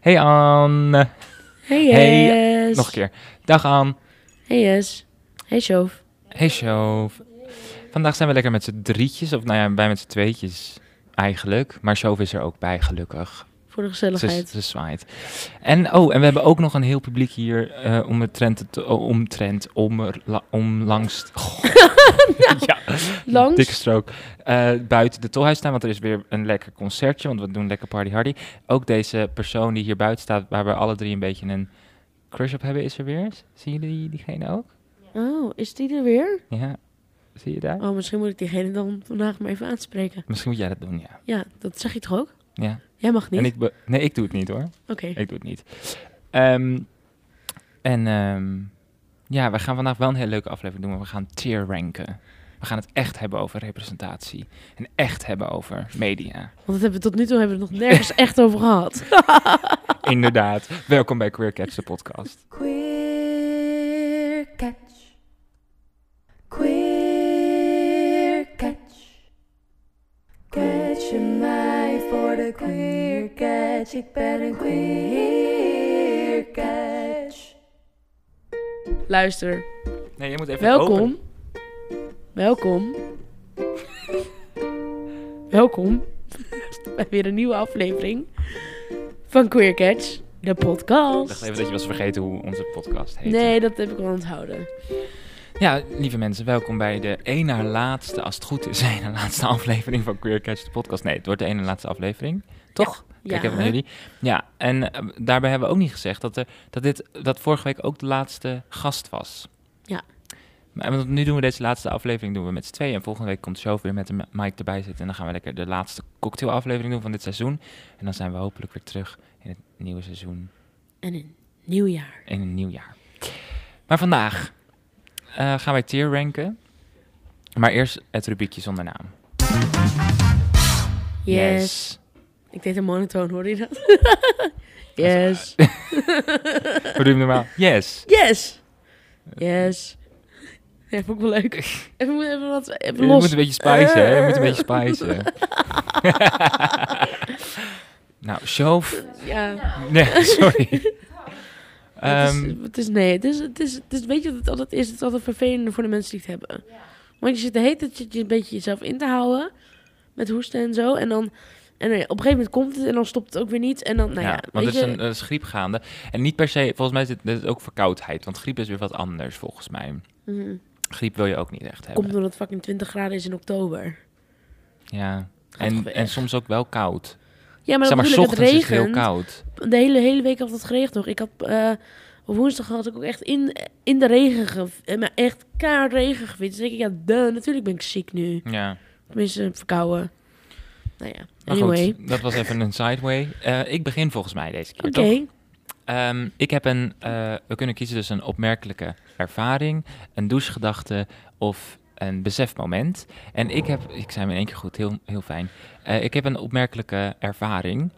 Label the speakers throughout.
Speaker 1: Hey Anne.
Speaker 2: Hey
Speaker 1: Hey,
Speaker 2: Yes.
Speaker 1: Nog een keer. Dag Anne.
Speaker 2: Hey Yes. Hey Sjoof.
Speaker 1: Hey Shove. Vandaag zijn we lekker met z'n drietjes, of nou ja, wij met z'n tweetjes eigenlijk. Maar Shove is er ook bij, gelukkig.
Speaker 2: Voor de
Speaker 1: Ze,
Speaker 2: gezelligheid.
Speaker 1: ze zwaait. En, oh, en we hebben ook nog een heel publiek hier eh om het trend te, om trend, om, er la- om langs... Goh. ja,
Speaker 2: Langs?
Speaker 1: dikke strook. Eh, buiten de tolhuis staan, want er is weer een lekker concertje, want we doen lekker party hardy. Ook deze persoon die hier buiten staat, waar we alle drie een beetje een crush op hebben, is er weer. Zien jullie diegene ook?
Speaker 2: Oh, is die er weer?
Speaker 1: Ja, zie je daar?
Speaker 2: Oh, misschien moet ik diegene dan vandaag maar even aanspreken.
Speaker 1: Misschien moet jij dat doen, ja.
Speaker 2: Ja, dat zeg je toch ook?
Speaker 1: ja.
Speaker 2: Jij mag niet.
Speaker 1: En ik be- nee, ik doe het niet hoor.
Speaker 2: Oké.
Speaker 1: Ik doe het niet. Ehm, en ehm, ja, we gaan vandaag wel een hele leuke aflevering doen. want We gaan tier ranken. We gaan het echt hebben over representatie. En echt hebben over media.
Speaker 2: Want dat hebben we tot nu toe hebben we het nog nergens echt over gehad.
Speaker 1: Inderdaad. Welkom bij Queer Catch, de podcast.
Speaker 3: Queer catch. Queer catch. Catch je mij voor de queer catch. Ik ben een queer catch.
Speaker 2: Luister.
Speaker 1: Nee, je moet even
Speaker 2: Welkom. Welkom. Welkom bij weer een nieuwe aflevering van Queer Catch, de
Speaker 1: Ik dacht
Speaker 2: podcast.
Speaker 1: even dat je was vergeten hoe onze podcast heet.
Speaker 2: Nee, dat heb ik wel onthouden.
Speaker 1: Ja, lieve mensen, welkom bij de één na laatste, als het goed is, één na laatste aflevering van Queer Catch, de podcast. Nee, het wordt de één na laatste aflevering, toch? Kijk
Speaker 2: Ja.
Speaker 1: even naar jullie. Ja, en eh, daarbij hebben we ook niet gezegd dat, er, dat, dit, dat vorige week ook de laatste gast was.
Speaker 2: Ja.
Speaker 1: Maar eh, want nu doen we deze laatste aflevering doen we met z'n tweeën. En volgende week komt Show weer met de mic erbij zitten. En dan gaan we lekker de laatste cocktailaflevering doen van dit seizoen. En dan zijn we hopelijk weer terug in het nieuwe seizoen,
Speaker 2: En een nieuw jaar.
Speaker 1: in een nieuw jaar. Maar vandaag eh, gaan wij tier ranken. Maar eerst het rubriekje zonder naam.
Speaker 2: Yes. Ik deed een monotoon, hoorde je dat? yes.
Speaker 1: Hoe doe je hem normaal? Yes.
Speaker 2: Yes. Yes. Ja, vond ik wel leuk. Even, even wat even
Speaker 1: Je moet
Speaker 2: los.
Speaker 1: een beetje spijzen, hè? Je moet een beetje spijzen. nou, Shove.
Speaker 2: Ja.
Speaker 1: Nee, sorry.
Speaker 2: het,
Speaker 1: Ehm,
Speaker 2: is, het is nee, het is, het is, het is, weet je wat het altijd is? Het is altijd vervelender voor de mensen die het hebben. Want je zit de hele tijd zit je een beetje jezelf in te houden met hoesten en zo. En dan en eh, op een gegeven moment komt het en dan stopt het ook weer niet. En dan, nou ja,
Speaker 1: ja, want er
Speaker 2: weet
Speaker 1: is
Speaker 2: je,
Speaker 1: een, er is griep gaande. En niet per se, volgens mij is dit, dit is ook verkoudheid. Want griep is weer wat anders, volgens mij.
Speaker 2: mhm.
Speaker 1: Griep wil je ook niet echt hebben.
Speaker 2: komt omdat het fucking 20 graden is in oktober.
Speaker 1: Ja.
Speaker 2: Gaat toch
Speaker 1: En,
Speaker 2: weer
Speaker 1: en
Speaker 2: echt.
Speaker 1: soms ook wel koud.
Speaker 2: Ja, maar,
Speaker 1: zeg
Speaker 2: dan
Speaker 1: maar,
Speaker 2: bedoel ik, het
Speaker 1: ochtends is het heel
Speaker 2: regent.
Speaker 1: koud.
Speaker 2: de hele, hele week had het geregend nog. Ik had, eh, op woensdag had ik ook echt in, in de regen, ge- eh, maar echt kaart regen gefietst. Dus denk ik, ja, duh, natuurlijk ben ik ziek nu.
Speaker 1: Ja.
Speaker 2: Tenminste, verkouden. Nou ja,
Speaker 1: Maar
Speaker 2: anyway.
Speaker 1: goed, dat was even een sideway. Eh, ik begin volgens mij deze keer,
Speaker 2: Oké,
Speaker 1: toch? Ehm, ik heb een, eh, we kunnen kiezen tussen een opmerkelijke ervaring, een douchegedachte of een besefmoment. En ik heb, ik zei hem in één keer goed, heel, heel fijn. Eh, ik heb een opmerkelijke ervaring.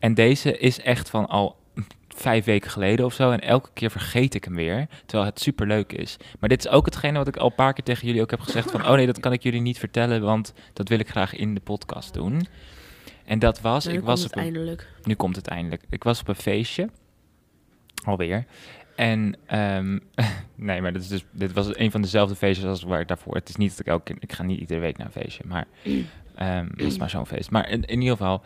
Speaker 1: En deze is echt van al vijf weken geleden of zo. En elke keer vergeet ik hem weer, terwijl het superleuk is. Maar dit is ook hetgene wat ik al een paar keer tegen jullie ook heb gezegd van... oh nee, dat kan ik jullie niet vertellen, want dat wil ik graag in de podcast doen. En dat was,
Speaker 2: Nou,
Speaker 1: ik
Speaker 2: dan komt
Speaker 1: was
Speaker 2: het
Speaker 1: op een
Speaker 2: eindelijk.
Speaker 1: nu komt het eindelijk. Ik was op een feestje. Alweer. En, ehm, nee, maar dit, is dus, dit was een van dezelfde feestjes als waar ik daarvoor... Het is niet dat ik elke keer... Ik ga niet iedere week naar een feestje, maar... ehm het is maar zo'n feest. Maar in, in ieder geval...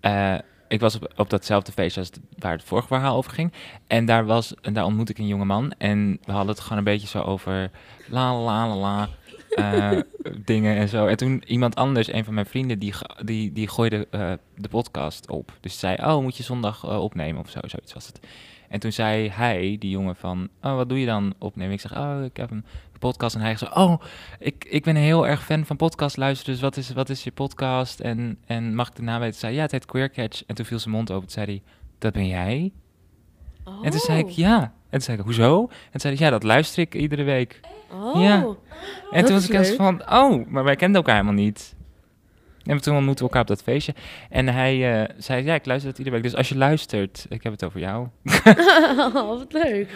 Speaker 1: eh, ik was op, op datzelfde feestje als het- waar het vorige verhaal over ging. En daar, was, en daar ontmoette ik een jongeman. En we hadden het gewoon een beetje zo over... La, la, la, la. eh, dingen en zo. En toen iemand anders, een van mijn vrienden, die, ge- die, die gooide eh, de podcast op. Dus zei, oh, moet je zondag eh, opnemen of zo, zoiets was het. En toen zei hij, die jongen, van, oh, wat doe je dan opnemen? Ik zeg, oh, ik heb een podcast. En hij zei, oh, ik, ik ben heel erg fan van podcast luisteren, dus wat is, wat is je podcast? En, en mag ik de naam weten? Zei, ja, het heet Queer Catch. En toen viel zijn mond open, toen zei hij, dat ben jij? En toen
Speaker 2: Oh.
Speaker 1: zei ik, ja. En toen zei ik, hoezo? En toen zei hij, ja, dat luister ik iedere week.
Speaker 2: Oh.
Speaker 1: ja. En
Speaker 2: Dat
Speaker 1: toen was
Speaker 2: is
Speaker 1: ik echt
Speaker 2: leuk.
Speaker 1: van, oh, maar wij kenden elkaar helemaal niet. En toen ontmoetten we elkaar op dat feestje. En hij eh, zei, ja, ik luister dat iedere week. Dus als je luistert, ik heb het over jou.
Speaker 2: Oh, wat leuk.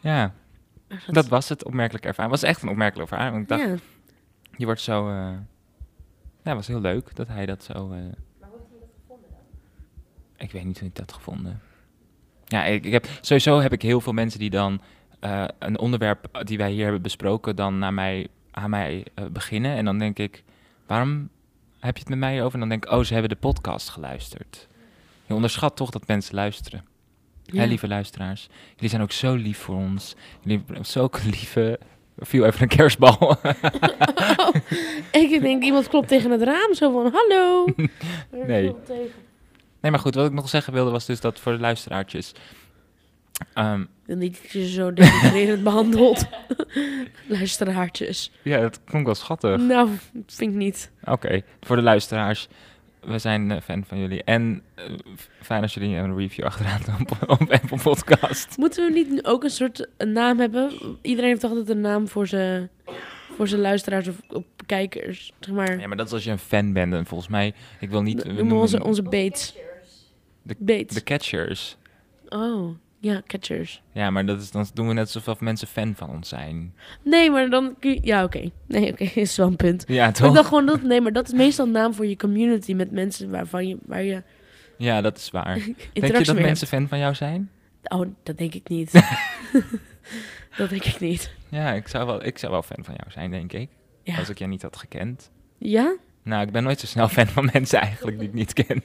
Speaker 1: Ja, dat was het opmerkelijke ervaring. was echt een opmerkelijke ervaring. Want ik dacht,
Speaker 2: Ja.
Speaker 1: je wordt zo... eh, ja, was heel leuk dat hij dat zo... eh, ik weet niet hoe ik dat gevonden. Ja, ik, ik heb, sowieso heb ik heel veel mensen die dan eh, een onderwerp die wij hier hebben besproken, dan naar mij, aan mij eh, beginnen. En dan denk ik, waarom heb je het met mij over? En dan denk ik, oh, ze hebben de podcast geluisterd. Je onderschat toch dat mensen luisteren.
Speaker 2: Ja.
Speaker 1: Hè, lieve luisteraars. Jullie zijn ook zo lief voor ons. Jullie hebben zulke lieve... Er viel even een kerstbal.
Speaker 2: ik denk, iemand klopt tegen het raam zo van, hallo.
Speaker 1: Nee. nee, maar goed, wat ik nog zeggen wilde was dus dat voor de luisteraartjes. Ehm,
Speaker 2: Dan niet dat je ze zo denigrerend behandelt. Luisteraartjes.
Speaker 1: ja, dat klonk wel schattig.
Speaker 2: Nou, vind ik niet.
Speaker 1: Oké, voor de luisteraars. We zijn eh, fan van jullie. En eh, f- fijn als jullie een review achteraan doen op, op Apple Podcast.
Speaker 2: Moeten we niet nu ook een soort een naam hebben? Iedereen heeft toch altijd een naam voor zijn, voor zijn luisteraars of, of kijkers, zeg maar.
Speaker 1: Ja, maar dat is als je een fan bent. En volgens mij, ik wil niet... we
Speaker 2: noemen we
Speaker 1: noemen
Speaker 2: onze, onze baits.
Speaker 1: De-
Speaker 2: baits.
Speaker 1: De Catchers.
Speaker 2: Oh, ja, catchers.
Speaker 1: Ja, maar dat is, dan doen we net alsof mensen fan van ons zijn.
Speaker 2: Nee, maar dan... kun je- Ja, oké. Nee, oké, is wel een punt.
Speaker 1: Ja,
Speaker 2: Maar ik
Speaker 1: toch?
Speaker 2: dacht gewoon dat... Nee, maar dat is meestal een naam voor je community met mensen waarvan je, waar je
Speaker 1: Ja, dat is waar. Denk je
Speaker 2: interactie
Speaker 1: dat
Speaker 2: mee
Speaker 1: mensen fan van jou zijn?
Speaker 2: hebt. Oh, dat denk ik niet. dat denk ik niet.
Speaker 1: Ja, ik zou, wel, ik zou wel fan van jou zijn, denk ik.
Speaker 2: Ja?
Speaker 1: Als ik je niet had gekend.
Speaker 2: ja?
Speaker 1: Nou, ik ben nooit zo snel fan van mensen eigenlijk die ik niet ken.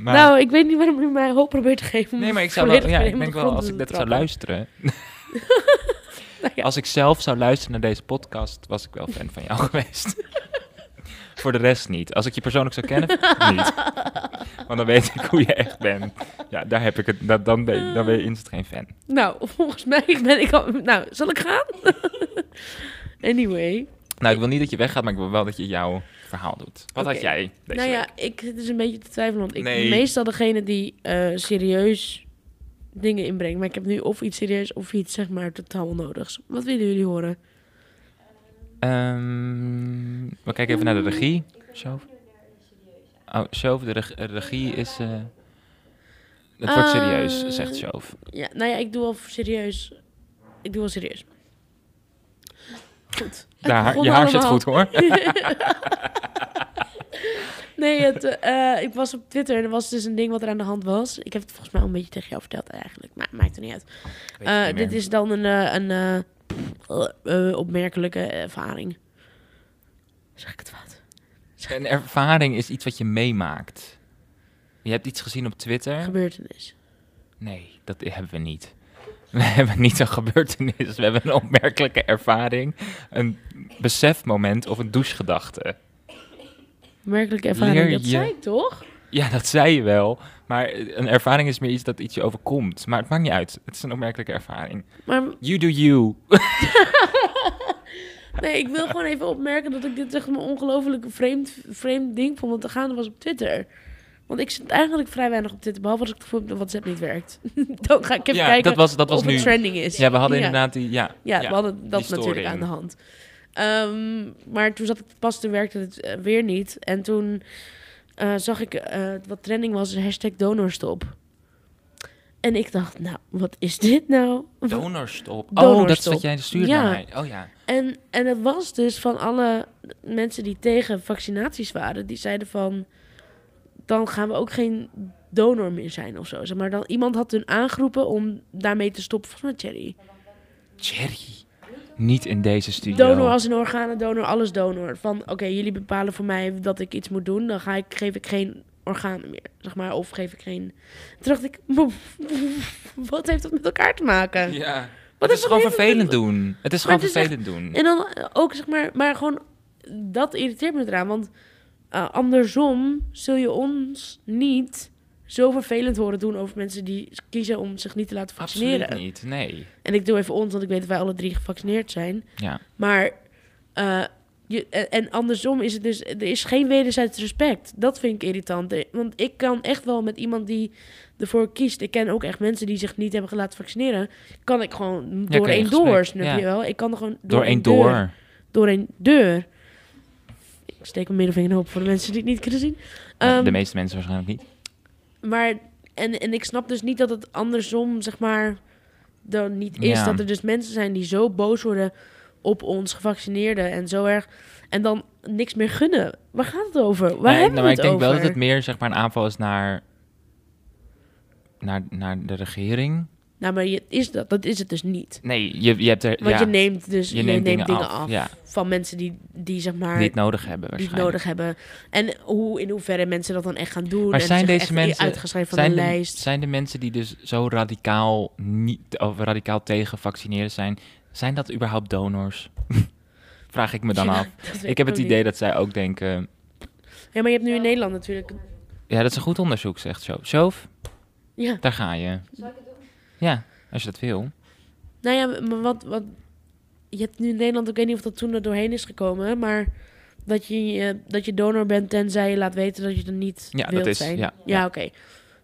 Speaker 1: maar,
Speaker 2: Nou, ik weet niet waarom u mij hoop probeert te geven. om
Speaker 1: nee, maar ik zou wel,
Speaker 2: volledig
Speaker 1: ja,
Speaker 2: weer
Speaker 1: ik denk
Speaker 2: helemaal
Speaker 1: wel
Speaker 2: de
Speaker 1: als ik
Speaker 2: grond
Speaker 1: dit
Speaker 2: te
Speaker 1: zou
Speaker 2: trappen.
Speaker 1: luisteren.
Speaker 2: Nou ja.
Speaker 1: Als ik zelf zou luisteren naar deze podcast, was ik wel fan van jou geweest. Voor de rest niet. Als ik je persoonlijk zou kennen, niet. Want dan weet ik hoe je echt bent. Ja, daar heb ik het. dat- dan, ben, dan ben je instant geen fan.
Speaker 2: Nou, volgens mij ben ik al... Nou, zal ik gaan? anyway.
Speaker 1: Nou, ik wil niet dat je weggaat, maar ik wil wel dat je jouw verhaal doet. Wat had
Speaker 2: Oké.
Speaker 1: jij deze
Speaker 2: nou ja,
Speaker 1: week?
Speaker 2: ik zit dus een beetje te twijfelen. Want ik
Speaker 1: Nee.
Speaker 2: ben meestal degene die eh, serieus dingen inbrengt. Maar ik heb nu of iets serieus of iets, zeg maar, totaal onnodigs. Wat willen jullie horen?
Speaker 1: Ehm, we kijken even naar de regie. Shove. Oh, Shove, de reg- eh, regie is... eh, het wordt
Speaker 2: Eh,
Speaker 1: serieus, zegt Shove.
Speaker 2: Ja, nou ja, ik doe al serieus. Ik doe al serieus. Goed.
Speaker 1: Daar,
Speaker 2: begon
Speaker 1: je haar zit
Speaker 2: allemaal. Eh,
Speaker 1: goed hoor.
Speaker 2: nee, het, eh, eh, ik was op Twitter en er was dus een ding wat er aan de hand was. Ik heb het volgens mij al een beetje tegen jou verteld eigenlijk, maar maakt er niet uit. Eh, dit is dan een, eh, een eh, eh, opmerkelijke ervaring. Zeg ik het fout?
Speaker 1: Een ervaring is iets wat je meemaakt. Je hebt iets gezien op Twitter?
Speaker 2: Gebeurtenis.
Speaker 1: Nee, dat hebben we niet. We hebben niet een gebeurtenis. We hebben een opmerkelijke ervaring. Een besefmoment of een douchegedachte.
Speaker 2: Opmerkelijke ervaring,
Speaker 1: Leer
Speaker 2: dat
Speaker 1: je-
Speaker 2: zei ik toch?
Speaker 1: Ja, dat zei je wel. Maar een ervaring is meer iets dat iets je overkomt. Maar het maakt niet uit. Het is een opmerkelijke ervaring.
Speaker 2: Maar
Speaker 1: You do you.
Speaker 2: nee, ik wil gewoon even opmerken dat ik dit echt een ongelooflijk vreemd, vreemd ding vond. Want er gaande was op Twitter. Want ik zit eigenlijk vrij weinig op Twitter. Behalve als ik het gevoel heb dat WhatsApp niet werkt. dan ga ik even
Speaker 1: ja,
Speaker 2: kijken
Speaker 1: dat was, dat was
Speaker 2: of
Speaker 1: nu.
Speaker 2: het trending is.
Speaker 1: Ja, we hadden
Speaker 2: Ja.
Speaker 1: inderdaad die... Ja,
Speaker 2: Ja,
Speaker 1: ja.
Speaker 2: we hadden dat
Speaker 1: storing.
Speaker 2: natuurlijk aan de hand. Ehm, maar toen zat ik pas, toen werkte het eh, weer niet. En toen eh, zag ik eh, wat trending was, hashtag donorstop. En ik dacht, nou, wat is dit nou?
Speaker 1: Donorstop. Oh, dat is
Speaker 2: Donorstop.
Speaker 1: wat jij stuurde
Speaker 2: Ja.
Speaker 1: naar mij. Oh ja.
Speaker 2: En, en het was dus van alle mensen die tegen vaccinaties waren, die zeiden van, dan gaan we ook geen donor meer zijn of zo. Zeg maar dan, iemand had hun aangeroepen om daarmee te stoppen van mij Cherry.
Speaker 1: Jerry. Niet in deze studio.
Speaker 2: Donor als een organendonor, alles donor. Van oké, jullie bepalen voor mij dat ik iets moet doen, dan ga ik, geef ik geen organen meer, zeg maar. Of geef ik geen... Toen dacht ik, wat heeft dat met elkaar te maken?
Speaker 1: Ja.
Speaker 2: Wat
Speaker 1: het is
Speaker 2: er
Speaker 1: gewoon
Speaker 2: gebeurd?
Speaker 1: vervelend doen. Het is gewoon
Speaker 2: het is echt-
Speaker 1: vervelend doen.
Speaker 2: En dan eh, ook zeg maar, maar gewoon dat irriteert me eraan, want eh, andersom zul je ons niet zo vervelend horen doen over mensen die kiezen om zich niet te laten vaccineren.
Speaker 1: Absoluut niet, nee.
Speaker 2: En ik doe even ons, want ik weet dat wij alle drie gevaccineerd zijn.
Speaker 1: Ja.
Speaker 2: Maar eh, je, en, en andersom is het dus, er is geen wederzijds respect. Dat vind ik irritant. Eh, Want ik kan echt wel met iemand die ervoor kiest. Ik ken ook echt mensen die zich niet hebben laten vaccineren. Kan ik gewoon
Speaker 1: kan
Speaker 2: door
Speaker 1: je
Speaker 2: één
Speaker 1: in
Speaker 2: door,
Speaker 1: gesprek,
Speaker 2: snap
Speaker 1: ja.
Speaker 2: je wel? Ik kan er gewoon
Speaker 1: Door één
Speaker 2: deur-
Speaker 1: door.
Speaker 2: Door één deur. Ik steek mijn middelvinger op voor de mensen die het niet kunnen zien.
Speaker 1: Nou,
Speaker 2: Ehm,
Speaker 1: de meeste mensen waarschijnlijk niet.
Speaker 2: maar, en, en ik snap dus niet dat het andersom, zeg maar, dan niet is.
Speaker 1: Ja.
Speaker 2: Dat er dus mensen zijn die zo boos worden op ons gevaccineerden en zo erg. En dan niks meer gunnen. Waar gaat het over?
Speaker 1: Nee,
Speaker 2: Waar hebben
Speaker 1: nou, maar
Speaker 2: we
Speaker 1: ik
Speaker 2: het
Speaker 1: denk
Speaker 2: over?
Speaker 1: wel dat het meer zeg maar, een aanval is naar naar, naar de regering.
Speaker 2: Nou, maar je, is dat, dat is het dus niet.
Speaker 1: Nee, je, je hebt er...
Speaker 2: Want
Speaker 1: ja,
Speaker 2: je neemt dus
Speaker 1: Je
Speaker 2: je
Speaker 1: neemt
Speaker 2: neemt
Speaker 1: dingen
Speaker 2: dingen
Speaker 1: af,
Speaker 2: af,
Speaker 1: ja.
Speaker 2: van mensen die, die zeg maar
Speaker 1: die het nodig hebben
Speaker 2: die het
Speaker 1: waarschijnlijk.
Speaker 2: nodig hebben. En hoe, in hoeverre mensen dat dan echt gaan doen.
Speaker 1: Maar
Speaker 2: en
Speaker 1: zijn
Speaker 2: zich
Speaker 1: deze
Speaker 2: echt
Speaker 1: mensen-
Speaker 2: uitgeschreven van
Speaker 1: zijn
Speaker 2: de,
Speaker 1: de,
Speaker 2: lijst?
Speaker 1: Zijn de mensen die dus zo radicaal, niet, of radicaal tegen vaccineren zijn, zijn dat überhaupt donors? Vraag ik me dan
Speaker 2: Ja,
Speaker 1: af.
Speaker 2: dat weet
Speaker 1: Ik heb
Speaker 2: ook
Speaker 1: het idee
Speaker 2: niet.
Speaker 1: dat zij ook denken...
Speaker 2: Ja, maar je hebt nu in Nederland natuurlijk...
Speaker 1: Ja, dat is een goed onderzoek, zegt Shoof. Shoof,
Speaker 2: Ja,
Speaker 1: daar ga je. Ja, als je dat wil.
Speaker 2: nou ja, maar wat, wat... Je hebt nu in Nederland, ik weet niet of dat toen er doorheen is gekomen, maar... Dat je, eh, dat je donor bent tenzij je laat weten dat je er niet
Speaker 1: Ja,
Speaker 2: wilt
Speaker 1: dat is-
Speaker 2: zijn.
Speaker 1: ja,
Speaker 2: ja. oké.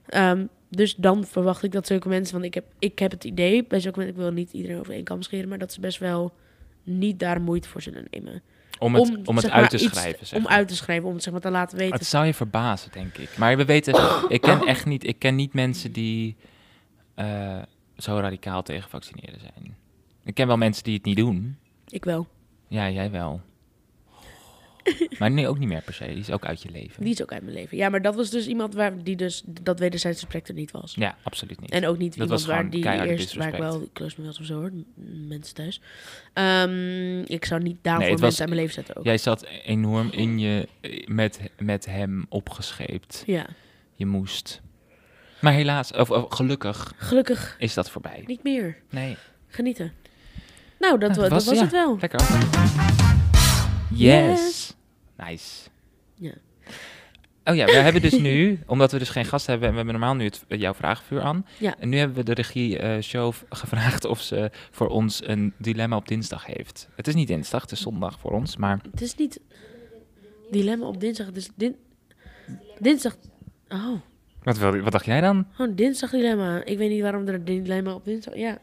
Speaker 2: Ehm, dus dan verwacht ik dat zulke mensen... Want ik heb, ik heb het idee, bij zulke mensen... Ik wil niet iedereen over één kam scheren, maar dat ze best wel niet daar moeite voor zullen nemen.
Speaker 1: Om het, om, het
Speaker 2: zeg
Speaker 1: uit
Speaker 2: maar,
Speaker 1: te
Speaker 2: iets-
Speaker 1: schrijven, zeg
Speaker 2: Om
Speaker 1: maar.
Speaker 2: uit te schrijven, om het zeg maar te laten weten.
Speaker 1: Het zou je verbazen, denk ik. Maar we weten, ik ken echt niet, ik ken niet mensen die eh, zo radicaal tegen vaccineren zijn. Ik ken wel mensen die het niet doen.
Speaker 2: Ik wel.
Speaker 1: Ja, jij wel. Maar nee, ook niet meer per se. Die is ook uit je leven.
Speaker 2: Die is ook uit mijn leven. Ja, maar dat was dus iemand waar die dus dat wederzijds respect er niet was.
Speaker 1: Ja, absoluut niet.
Speaker 2: En ook niet
Speaker 1: Dat
Speaker 2: iemand
Speaker 1: was
Speaker 2: waar
Speaker 1: gewoon
Speaker 2: die
Speaker 1: keiharde
Speaker 2: eerst waar ik
Speaker 1: disrespect.
Speaker 2: wel close mee was of zo hoor. M- Mensen thuis. Ehm, ik zou niet daarvoor
Speaker 1: Nee, het
Speaker 2: mensen
Speaker 1: was-
Speaker 2: uit mijn leven zetten ook. Ja.
Speaker 1: Jij zat enorm in je, eh, met, met hem opgescheept. Je moest. Maar helaas, of, of gelukkig,
Speaker 2: Gelukkig
Speaker 1: is dat voorbij.
Speaker 2: niet meer.
Speaker 1: Nee.
Speaker 2: Genieten. Nou, dat,
Speaker 1: Nou,
Speaker 2: wa- dat was,
Speaker 1: ja,
Speaker 2: het wel.
Speaker 1: Lekker. Yes.
Speaker 2: Yes.
Speaker 1: Nice.
Speaker 2: Ja.
Speaker 1: Oh ja, we hebben dus nu, omdat we dus geen gast hebben, en we hebben normaal nu het, eh, jouw vragenvuur aan.
Speaker 2: Ja.
Speaker 1: En nu hebben we de regie eh show gevraagd of ze voor ons een dilemma op dinsdag heeft. Het is niet dinsdag, het is zondag voor ons, maar
Speaker 2: Het is niet dilemma op dinsdag. Het is din- dinsdag. Oh.
Speaker 1: wat, wil, wat dacht jij dan?
Speaker 2: Gewoon dinsdag dilemma. Ik weet niet waarom er een dilemma op dinsdag. Ja. Ik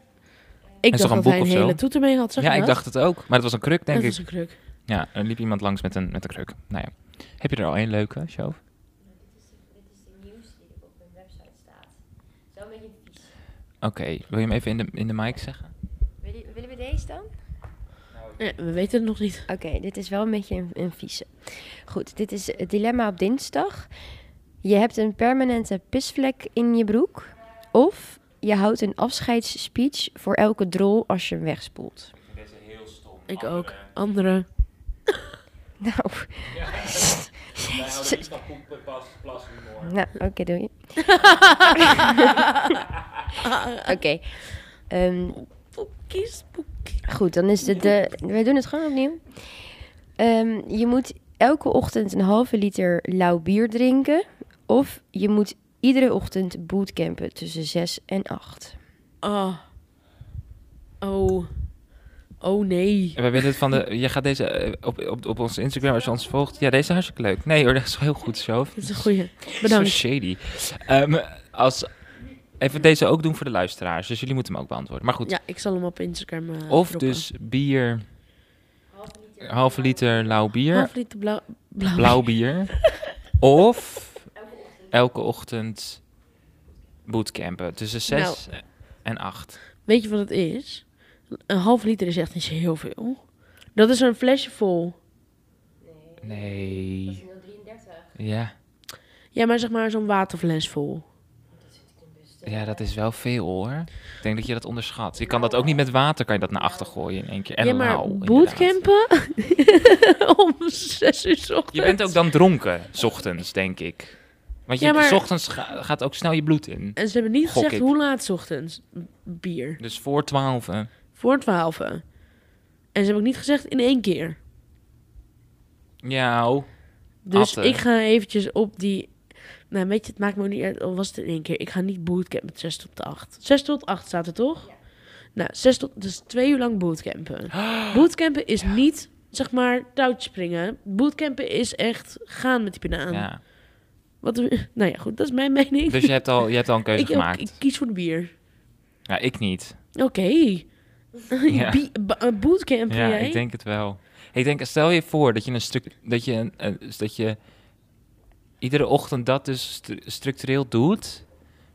Speaker 1: toch
Speaker 2: dacht
Speaker 1: een
Speaker 2: dat
Speaker 1: boek
Speaker 2: hij een
Speaker 1: of zo?
Speaker 2: hele toeter mee had. Zag
Speaker 1: ja,
Speaker 2: je
Speaker 1: ik
Speaker 2: dat?
Speaker 1: dacht het ook, maar het was een kruk, denk
Speaker 2: dat
Speaker 1: ik.
Speaker 2: is een kruk.
Speaker 1: Ja, er liep iemand langs met een, met een kruk. Nou ja. Heb je er al één leuke, show?
Speaker 4: Dit is de nieuws die op hun website staat. Zo een beetje vies.
Speaker 1: Oké, wil je hem even in de, in de mic zeggen?
Speaker 4: Wil je- Willen we deze dan?
Speaker 2: Ja, we weten het nog niet.
Speaker 4: Oké, dit is wel een beetje een, een vieze. Goed, dit is het dilemma op dinsdag. Je hebt een permanente pisvlek in je broek. Of je houdt een afscheidsspeech voor elke drol als je hem wegspoelt.
Speaker 1: Deze heel stom.
Speaker 2: Ik ook. Andere.
Speaker 4: Nou,
Speaker 1: houden niet van poepen, pas, plassen, humor.
Speaker 4: nou oké, doei. oké. ehm,
Speaker 2: Boekie, spookie.
Speaker 4: Goed, dan is het de. Wij doen het gewoon opnieuw. Ehm, je moet elke ochtend een halve liter lauw bier drinken. Of je moet iedere ochtend bootcampen tussen 6 en 8.
Speaker 2: Oh. Oh. Oh nee.
Speaker 1: We willen het van de. Je gaat deze eh, op, op, op ons Instagram als je ons volgt. Ja, deze is hartstikke leuk. Nee hoor, dat is heel goed zo.
Speaker 2: Dat is een goeie.
Speaker 1: Bedankt.
Speaker 2: Bedankt.
Speaker 1: Zo shady. Ehm, als, even deze ook doen voor de luisteraars. Dus jullie moeten hem ook beantwoorden. Maar goed.
Speaker 2: Ja, ik zal hem op Instagram eh,
Speaker 1: of
Speaker 2: droppen.
Speaker 1: dus bier. Halve liter lauw bier.
Speaker 2: Half liter blauw. blauw.
Speaker 1: Blauw bier. of elke ochtend bootcampen. Tussen 6
Speaker 2: Nou.
Speaker 1: en 8.
Speaker 2: Weet je wat het is? Een half liter is echt niet zo heel veel. Dat is een flesje vol.
Speaker 1: Nee. Ja.
Speaker 2: Ja, maar zeg maar zo'n waterfles vol.
Speaker 1: Ja, dat is wel veel hoor. Ik denk dat je dat onderschat. Je kan dat ook niet met water, kan je dat naar achter gooien in één keer. En
Speaker 2: ja, maar
Speaker 1: lauw, inderdaad.
Speaker 2: bootcampen? Om zes uur 's ochtends.
Speaker 1: Je bent ook dan dronken, 's ochtends, denk ik. Want je,
Speaker 2: Ja, maar-
Speaker 1: 's ochtends ga- gaat ook snel je bloed in.
Speaker 2: En ze hebben niet
Speaker 1: Gok
Speaker 2: gezegd
Speaker 1: ik.
Speaker 2: hoe laat 's ochtends b- bier.
Speaker 1: Dus voor twaalf. hè.
Speaker 2: Voor twaalf. En ze hebben ook niet gezegd in één keer.
Speaker 1: Ja, oh.
Speaker 2: Dus
Speaker 1: Atten.
Speaker 2: ik ga eventjes op die... Nou, weet je, het maakt me ook niet uit. Al was het in één keer. Ik ga niet bootcampen met 6 tot 8. 6 tot 8 staat er toch? Nou, 6 tot... Dus twee uur lang bootcampen. Bootcampen is niet, zeg maar, touwtjes springen. Bootcampen is echt gaan met die pinnen aan.
Speaker 1: ja.
Speaker 2: Wat, doe- nou ja, goed. Dat is mijn mening.
Speaker 1: Dus je hebt al, je hebt al een keuze
Speaker 2: ik,
Speaker 1: gemaakt.
Speaker 2: ik kies voor de bier.
Speaker 1: Ja, ik niet.
Speaker 2: Oké.
Speaker 1: Ja.
Speaker 2: Bi- ba- eh, bootcampen,
Speaker 1: Ja,
Speaker 2: jij?
Speaker 1: ik denk het wel. Ik denk, stel je voor dat je een stuk, dat je, een- een- dat je iedere ochtend dat dus stru- structureel doet,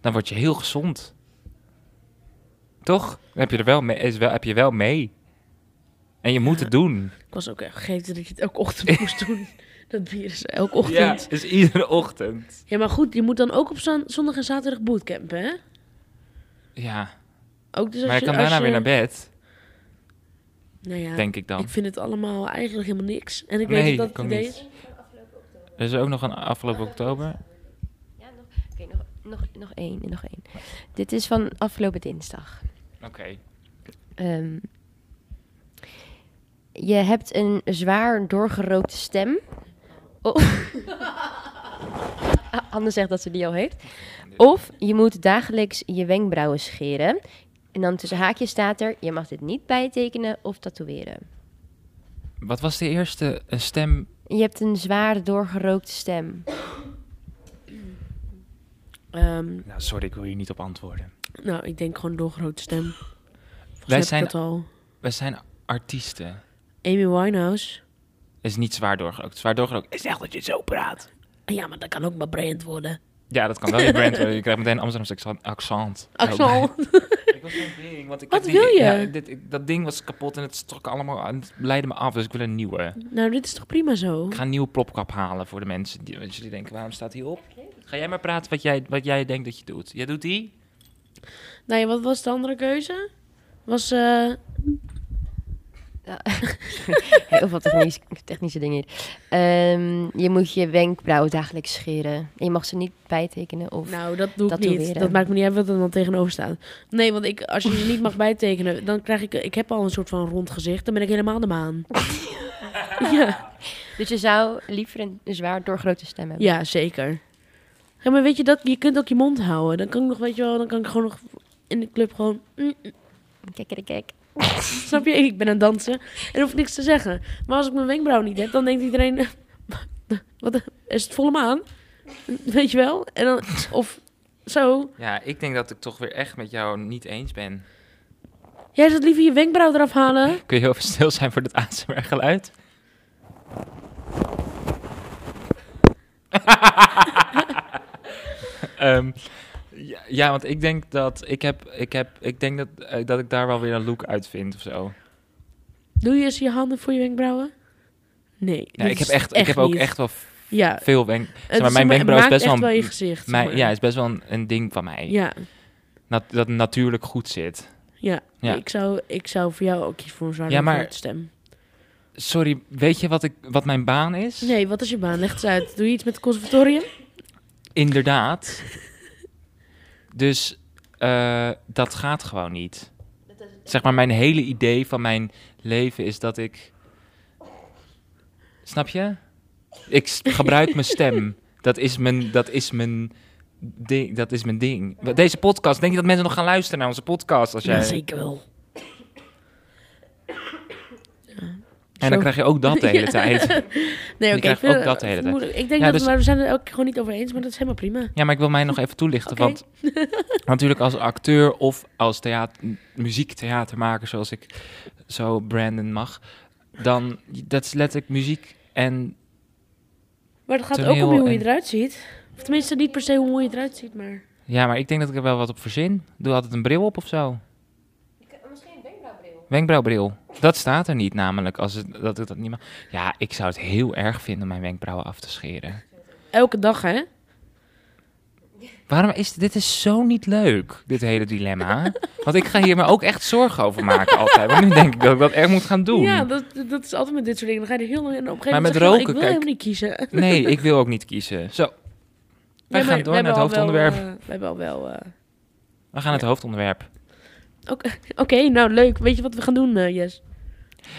Speaker 1: dan word je heel gezond. Toch? Dan heb je er wel mee, is wel, heb je wel mee. En je moet het doen.
Speaker 2: Ik was ook echt vergeten dat je het elke ochtend moest doen. Dat bier is elke ochtend.
Speaker 1: dus iedere ochtend.
Speaker 2: Ja, maar goed, je moet dan ook op zon- zondag en zaterdag bootcampen, hè?
Speaker 1: Ja,
Speaker 2: Ook dus als
Speaker 1: maar ik
Speaker 2: je,
Speaker 1: kan
Speaker 2: als
Speaker 1: daarna
Speaker 2: je-
Speaker 1: weer naar bed,
Speaker 2: Nou ja,
Speaker 1: denk ik dan.
Speaker 2: ik vind het allemaal eigenlijk helemaal niks. En ik
Speaker 1: Nee,
Speaker 2: weet dat
Speaker 1: ik
Speaker 2: dat
Speaker 1: ook
Speaker 2: het idee
Speaker 1: niet.
Speaker 2: is.
Speaker 1: Er is ook nog een afgelopen oktober.
Speaker 4: Ja, nog, oké, nog, nog, nog één, nog één. Dit is van afgelopen dinsdag.
Speaker 1: Oké.
Speaker 4: Ehm, je hebt een zwaar doorgerookte stem. Oh. Ah, Anne zegt dat ze die al heeft. Of je moet dagelijks je wenkbrauwen scheren. En dan tussen haakjes staat er: je mag dit niet bijtekenen of tatoeëren.
Speaker 1: Wat was de eerste eh, stem?
Speaker 4: Je hebt een zwaar doorgerookte stem.
Speaker 2: Ehm,
Speaker 1: Nou, sorry, ik wil hier niet op antwoorden.
Speaker 2: nou, ik denk gewoon doorgrote stem. Volgens
Speaker 1: Wij
Speaker 2: mij heb
Speaker 1: zijn-
Speaker 2: ik dat al.
Speaker 1: We zijn artiesten.
Speaker 2: Amy Winehouse.
Speaker 1: Is niet zwaar doorgerookt. Zwaar doorgerookt is echt dat je zo praat.
Speaker 2: Ah, Ja, maar dat kan ook maar brand worden.
Speaker 1: Ja, dat kan wel je brand worden. Je krijgt meteen een Amsterdamse accent- accent.
Speaker 2: Axel.
Speaker 1: Ik was zo'n ding, want ik
Speaker 2: Wat
Speaker 1: had die-
Speaker 2: wil je?
Speaker 1: ja, dit, ik- dat ding was kapot en het strok allemaal aan. Het leidde me af, dus ik wil een nieuwe.
Speaker 2: nou, dit is toch prima zo?
Speaker 1: Ik ga een nieuwe plopkap halen voor de mensen die, want jullie denken, waarom staat die op? Ga jij maar praten wat jij, wat jij denkt dat je doet. Jij doet die?
Speaker 2: Nou ja, wat was de andere keuze? Was, eh,
Speaker 4: Heel veel technisch- technische dingen hier. Ehm, je moet je wenkbrauwen dagelijks scheren. En je mag ze niet bijtekenen of
Speaker 2: nou, dat doe ik niet.
Speaker 4: Tatoeëren.
Speaker 2: Dat maakt me niet uit wat er dan tegenover staat. Nee, want ik, als je je niet mag bijtekenen, dan krijg ik... Ik heb al een soort van rond gezicht. Dan ben ik helemaal de maan. ja.
Speaker 4: Dus je zou liever een zwaar doorgrote stem hebben.
Speaker 2: ja, zeker. Ja, maar weet je, dat, je kunt ook je mond houden. Dan kan ik nog, weet je wel, dan kan ik gewoon nog in de club gewoon... mm, mm.
Speaker 4: Kijk, kijk, kijk.
Speaker 2: snap je? Ik ben aan het dansen. En hoef ik niks te zeggen. Maar als ik mijn wenkbrauw niet heb, dan denkt iedereen... Wat, is het volle maan? Weet je wel? En dan, of zo...
Speaker 1: Ja, ik denk dat ik toch weer echt met jou niet eens ben.
Speaker 2: Jij zou liever je wenkbrauw eraf halen.
Speaker 1: Kun je heel even stil zijn voor dit ASMR geluid? Ehm, ja, ja, want ik denk dat ik heb, ik heb, ik denk dat, eh, dat ik daar wel weer een look uit vind of zo. Nou,
Speaker 2: Doe je eens je handen voor je wenkbrauwen? Nee.
Speaker 1: Ja,
Speaker 2: dit
Speaker 1: ik heb
Speaker 2: is
Speaker 1: echt, ik heb ook
Speaker 2: niet. Eh,
Speaker 1: echt wel
Speaker 2: Ja.
Speaker 1: veel wenk.
Speaker 2: het
Speaker 1: maar,
Speaker 2: is-
Speaker 1: mijn wenkbrauw is
Speaker 2: maakt
Speaker 1: best
Speaker 2: echt
Speaker 1: wel-
Speaker 2: je gezicht. zeg
Speaker 1: Mijn,
Speaker 2: maar.
Speaker 1: ja, is best wel een, een ding van mij.
Speaker 2: ja.
Speaker 1: Nat- dat het natuurlijk goed zit.
Speaker 2: Ja.
Speaker 1: Ja.
Speaker 2: Ik, zou, ik zou voor jou ook kiezen voor een zware
Speaker 1: Ja, maar-
Speaker 2: grote stem.
Speaker 1: Sorry, weet je wat, ik, wat mijn baan is?
Speaker 2: Nee, wat is je baan? Leg eens uit. Doe je iets met het conservatorium?
Speaker 1: Inderdaad. dus eh, dat gaat gewoon niet. Zeg maar, mijn hele idee van mijn leven is dat ik. Snap je? Ik s- gebruik mijn stem. Dat is mijn, dat is mijn ding. Dat is mijn ding. Wa- Deze podcast. Denk je dat mensen nog gaan luisteren naar onze podcast? Als jij...
Speaker 2: zeker wel.
Speaker 1: En dan
Speaker 2: Zo.
Speaker 1: krijg je ook dat de hele tijd.
Speaker 2: Nee, oké.
Speaker 1: krijgt
Speaker 2: ik vind
Speaker 1: ook
Speaker 2: het-
Speaker 1: dat de hele tijd.
Speaker 2: moeilijk. Ik denk
Speaker 1: Ja,
Speaker 2: dat
Speaker 1: dus-
Speaker 2: maar we zijn er elke keer gewoon niet over eens, maar dat is helemaal prima.
Speaker 1: Ja, maar ik wil mij nog even toelichten.
Speaker 2: Oké.
Speaker 1: Want natuurlijk als acteur of als theater, muziektheatermaker, zoals ik zo Brandon mag, dan dat is letterlijk muziek. En
Speaker 2: Maar het gaat ook
Speaker 1: Toneel
Speaker 2: om hoe je
Speaker 1: en-
Speaker 2: eruit ziet. Of tenminste, niet per se hoe mooi je eruit ziet, maar...
Speaker 1: ja, maar ik denk dat ik er wel wat op verzin. Ik Doe altijd een bril op of zo. eh, Misschien een wenkbrauwbril. Wenkbrauwbril. Dat staat er niet namelijk. Als het, dat, dat, dat niet mag. Ja, ik zou het heel erg vinden om mijn wenkbrauwen af te scheren.
Speaker 2: Elke dag, hè?
Speaker 1: Waarom is dit is zo niet leuk, dit hele dilemma? Want ik ga hier me ook echt zorgen over maken altijd. Want nu denk ik dat ik dat echt moet gaan doen.
Speaker 2: Ja, dat, dat is altijd met dit soort dingen. Dan ga je er heel lang in en op een gegeven
Speaker 1: Maar
Speaker 2: moment
Speaker 1: met
Speaker 2: zeg je, "Oh,
Speaker 1: roken,
Speaker 2: ik wil
Speaker 1: kijk-
Speaker 2: helemaal niet kiezen.
Speaker 1: Nee, ik wil ook niet kiezen. Zo, Wij
Speaker 2: Nee,
Speaker 1: gaan
Speaker 2: maar
Speaker 1: door
Speaker 2: we
Speaker 1: naar het
Speaker 2: hebben al wel,
Speaker 1: hoofdonderwerp.
Speaker 2: eh, we hebben al wel... eh,
Speaker 1: we gaan naar het hoofdonderwerp.
Speaker 2: Oké, oké, nou leuk. Weet je wat we gaan doen, eh Jess?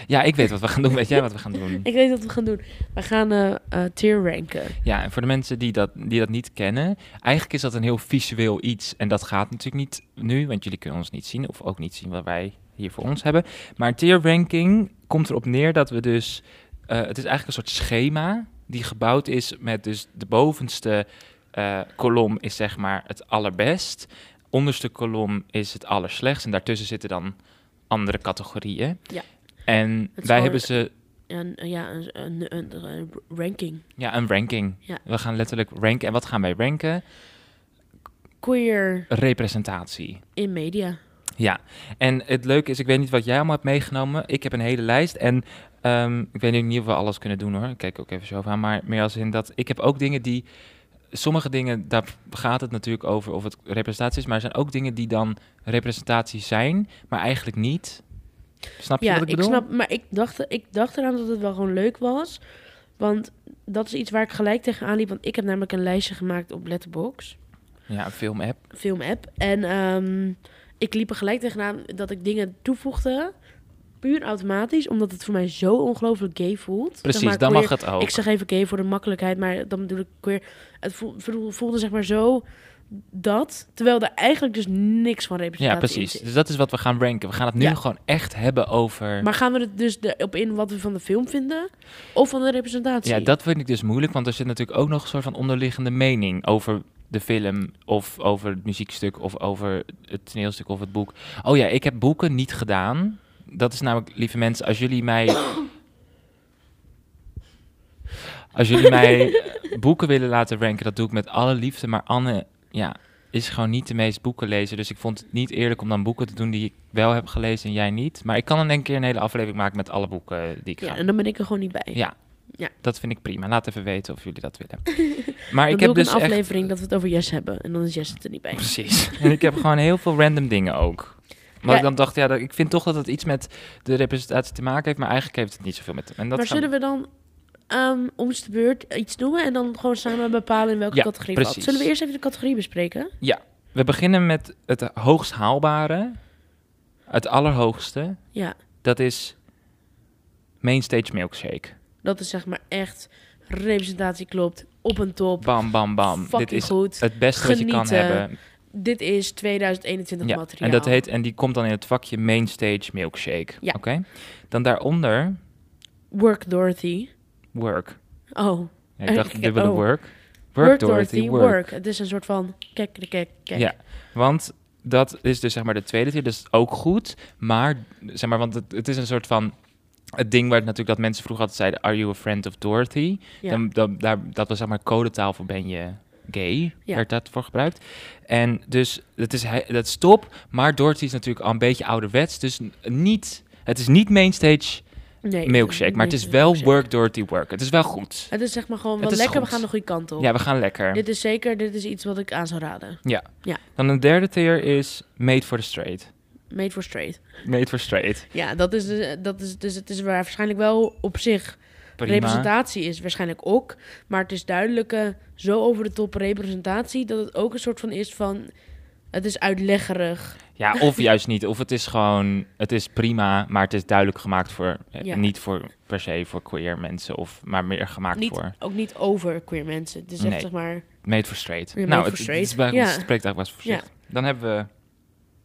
Speaker 1: Ja, ik weet wat we gaan doen. Weet jij wat we gaan doen?
Speaker 2: Ik weet wat we gaan doen. We gaan eh, eh, tier ranken.
Speaker 1: Ja, en voor de mensen die dat, die dat niet kennen, eigenlijk is dat een heel visueel iets. En dat gaat natuurlijk niet nu, want jullie kunnen ons niet zien of ook niet zien wat wij hier voor ons hebben. Maar een tier ranking komt erop neer dat we dus, eh, het is eigenlijk een soort schema die gebouwd is met dus de bovenste eh, kolom is zeg maar het allerbest, onderste kolom is het allerslechtst en daartussen zitten dan andere categorieën.
Speaker 2: Ja.
Speaker 1: En
Speaker 2: is
Speaker 1: wij
Speaker 2: gewoon-
Speaker 1: hebben ze
Speaker 2: En eh, ja, een, een, een, een ranking.
Speaker 1: Ja, een ranking.
Speaker 2: Ja.
Speaker 1: We gaan letterlijk ranken. En wat gaan wij ranken?
Speaker 2: Queer
Speaker 1: Representatie.
Speaker 2: in media.
Speaker 1: Ja. En het leuke is, ik weet niet wat jij allemaal hebt meegenomen. Ik heb een hele lijst. En ehm, ik weet niet of we alles kunnen doen hoor. Ik kijk ook even zo aan. Maar meer als in dat ik heb ook dingen die sommige dingen, daar gaat het natuurlijk over of het representatie is. Maar er zijn ook dingen die dan representatie zijn, maar eigenlijk niet. Snap je
Speaker 2: ja,
Speaker 1: wat ik bedoel?
Speaker 2: snap, maar ik dacht, ik dacht eraan dat het wel gewoon leuk was. Want dat is iets waar ik gelijk tegenaan liep. Want ik heb namelijk een lijstje gemaakt op Letterboxd,
Speaker 1: Ja, een film-app.
Speaker 2: film app. En ehm, ik liep er gelijk tegenaan dat ik dingen toevoegde. Puur automatisch, omdat het voor mij zo ongelooflijk gay voelt. Zeg
Speaker 1: Precies,
Speaker 2: maar
Speaker 1: dan
Speaker 2: queer-
Speaker 1: mag het ook.
Speaker 2: Ik zeg even gay voor de makkelijkheid, maar dan bedoel ik queer. Het voel- voelde, voelde zeg maar zo dat. Terwijl er eigenlijk dus niks van representatie
Speaker 1: ja, precies.
Speaker 2: in zit.
Speaker 1: Dus dat is wat we gaan ranken. We gaan het nu
Speaker 2: Ja.
Speaker 1: gewoon echt hebben over...
Speaker 2: Maar gaan we het dus op in wat we van de film vinden? Of van de representatie?
Speaker 1: Ja, dat vind ik dus moeilijk, want er zit natuurlijk ook nog een soort van onderliggende mening over de film of over het muziekstuk of over het toneelstuk of het boek. Oh ja, ik heb boeken niet gedaan. Dat is namelijk, lieve mensen, als jullie mij. Als jullie mij boeken willen laten ranken, dat doe ik met alle liefde. Maar Anne, ja, is gewoon niet de meest boekenlezer. Dus ik vond het niet eerlijk om dan boeken te doen die ik wel heb gelezen en jij niet. Maar ik kan in één keer een hele aflevering maken met alle boeken eh, die ik ga
Speaker 2: Ja, en dan ben ik er gewoon niet bij.
Speaker 1: ja.
Speaker 2: Ja.
Speaker 1: Dat vind ik prima. Laat even weten of jullie dat willen. Maar
Speaker 2: dan
Speaker 1: ik
Speaker 2: doe
Speaker 1: heb
Speaker 2: ik
Speaker 1: dus
Speaker 2: een aflevering dat we het over Jess hebben. En dan is Jess het er niet bij.
Speaker 1: echt... Precies. En ik heb gewoon heel veel random dingen ook. Maar
Speaker 2: Ja.
Speaker 1: ik dan dacht, ja, dat, ik vind toch dat het iets met de representatie te maken heeft. Maar eigenlijk heeft het niet zoveel met... En dat
Speaker 2: maar
Speaker 1: gaan-
Speaker 2: zullen we dan ehm om de beurt iets noemen en dan gewoon samen bepalen in welke
Speaker 1: Ja,
Speaker 2: categorie we
Speaker 1: precies.
Speaker 2: Zullen we eerst even de categorie bespreken?
Speaker 1: We beginnen met het hoogst haalbare. Het allerhoogste.
Speaker 2: Ja,
Speaker 1: Dat is Mainstage Milkshake.
Speaker 2: dat is zeg maar echt representatie klopt. Op een top.
Speaker 1: Bam, bam, bam.
Speaker 2: Fucking
Speaker 1: Dit is
Speaker 2: goed.
Speaker 1: het beste wat je kan
Speaker 2: Genieten.
Speaker 1: hebben.
Speaker 2: Dit is 2021 materiaal.
Speaker 1: En, dat heet, en die komt dan in het vakje Mainstage Milkshake.
Speaker 2: Ja.
Speaker 1: Oké? Dan daaronder
Speaker 2: Work Dorothy.
Speaker 1: Work.
Speaker 2: Oh.
Speaker 1: Ja, ik dacht
Speaker 2: Ik-
Speaker 1: dubbele
Speaker 2: oh.
Speaker 1: work. Work, Dorothy, work.
Speaker 2: Het is een soort van kijk, kijk, kijk, kijk.
Speaker 1: Ja, want dat is dus zeg maar de tweede tier, dus ook goed. Maar, zeg maar, want het, het is een soort van... Het ding waar natuurlijk dat mensen vroeger altijd zeiden... Are you a friend of Dorothy?
Speaker 2: Ja.
Speaker 1: Dan, dan, daar, dat was zeg maar codetaal voor ben je gay,
Speaker 2: Ja.
Speaker 1: werd dat voor gebruikt. En dus dat is, hij- dat is top, maar Dorothy is natuurlijk al een beetje ouderwets. Dus n- niet, het is niet mainstage
Speaker 2: Nee,
Speaker 1: milkshake, maar het
Speaker 2: nee,
Speaker 1: is wel
Speaker 2: milkshake.
Speaker 1: work Dorothy work. Het is wel goed.
Speaker 2: Het is zeg maar gewoon
Speaker 1: Het
Speaker 2: wel
Speaker 1: is
Speaker 2: lekker,
Speaker 1: goed.
Speaker 2: we gaan de goede kant op.
Speaker 1: Ja, we gaan lekker.
Speaker 2: Dit is zeker, dit is iets wat ik aan zou raden.
Speaker 1: Dan een derde tier is Made for the Straight.
Speaker 2: Made for straight.
Speaker 1: Made for Straight.
Speaker 2: Ja, dat is, dus- dat is, dus het is waar waarschijnlijk wel op zich.
Speaker 1: Prima.
Speaker 2: Representatie is waarschijnlijk ook. Maar het is duidelijke, zo over de top representatie, dat het ook een soort van is van. Het is uitleggerig.
Speaker 1: Ja, of juist niet. Of het is gewoon, het is prima, maar het is duidelijk gemaakt voor, eh,
Speaker 2: Ja.
Speaker 1: niet voor per se voor queer mensen, of, maar meer gemaakt
Speaker 2: Niet,
Speaker 1: voor
Speaker 2: ook niet over queer mensen. Het is echt
Speaker 1: Nee.
Speaker 2: zeg maar.
Speaker 1: Made for Straight.
Speaker 2: Ja, made
Speaker 1: nou,
Speaker 2: for
Speaker 1: het,
Speaker 2: straight.
Speaker 1: het is bij ons
Speaker 2: Ja.
Speaker 1: spreekt eigenlijk best
Speaker 2: Ja.
Speaker 1: voorzichtig. Dan hebben we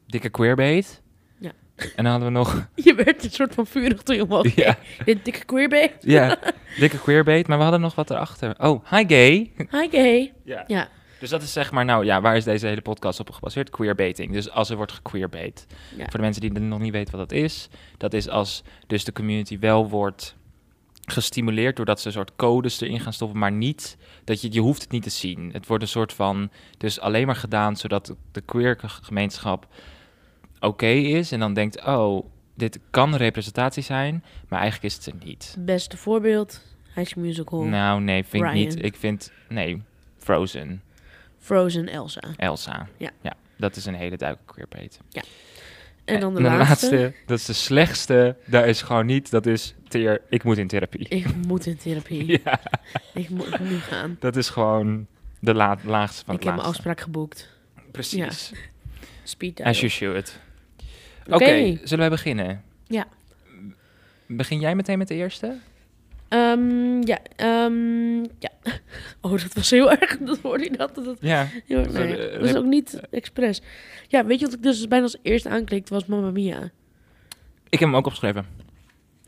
Speaker 1: Dikke Queerbait.
Speaker 2: Ja.
Speaker 1: En dan hadden we nog,
Speaker 2: Je werd een soort van vurig toen je omhoog.
Speaker 1: ja,
Speaker 2: Dit dikke queerbait.
Speaker 1: ja, Dikke Queerbait, maar we hadden nog wat erachter. Oh, hi gay.
Speaker 2: Hi gay.
Speaker 1: Ja.
Speaker 2: Ja.
Speaker 1: Dus dat is zeg maar, nou ja, waar is deze hele podcast op gebaseerd? Queerbaiting. Dus als er wordt gequeerbait.
Speaker 2: Ja.
Speaker 1: Voor de mensen die nog niet weten wat dat is. Dat is als dus de community wel wordt gestimuleerd doordat ze een soort codes erin gaan stoppen, maar niet dat je, je hoeft het niet te zien. Het wordt een soort van, dus alleen maar gedaan zodat de queer gemeenschap oké is en dan denkt, oh, dit kan representatie zijn, maar eigenlijk is het er niet.
Speaker 2: Beste voorbeeld. Hij is musical.
Speaker 1: Nou, nee, vind ik niet.
Speaker 2: Ryan.
Speaker 1: Ik vind, nee, Frozen.
Speaker 2: Frozen Elsa.
Speaker 1: Elsa.
Speaker 2: Ja.
Speaker 1: dat is een hele duidelijke queerbait.
Speaker 2: En dan de, laatste.
Speaker 1: Dat is de slechtste. Daar is gewoon niet. Dat is teer. Ik moet in therapie.
Speaker 2: Ik moet in therapie.
Speaker 1: Ja,
Speaker 2: Ik moet nu gaan.
Speaker 1: dat is gewoon de la- laagste van
Speaker 2: ik
Speaker 1: het
Speaker 2: heb mijn
Speaker 1: laagste.
Speaker 2: afspraak geboekt.
Speaker 1: Precies.
Speaker 2: Speed
Speaker 1: As you
Speaker 2: dial.
Speaker 1: should. Oké,
Speaker 2: Oké.
Speaker 1: zullen wij beginnen?
Speaker 2: Ja.
Speaker 1: Begin jij meteen met de eerste?
Speaker 2: Ehm, ja, ehm, ja. Oh, dat was heel erg. Dat hoorde je dat. Dat, dat,
Speaker 1: Ja.
Speaker 2: heel erg-
Speaker 1: Zo,
Speaker 2: nee,
Speaker 1: eh,
Speaker 2: dat is
Speaker 1: rep-
Speaker 2: ook niet expres. Ja, weet je wat ik dus bijna als eerste aanklikte was Mamma Mia.
Speaker 1: Ik heb hem ook opgeschreven.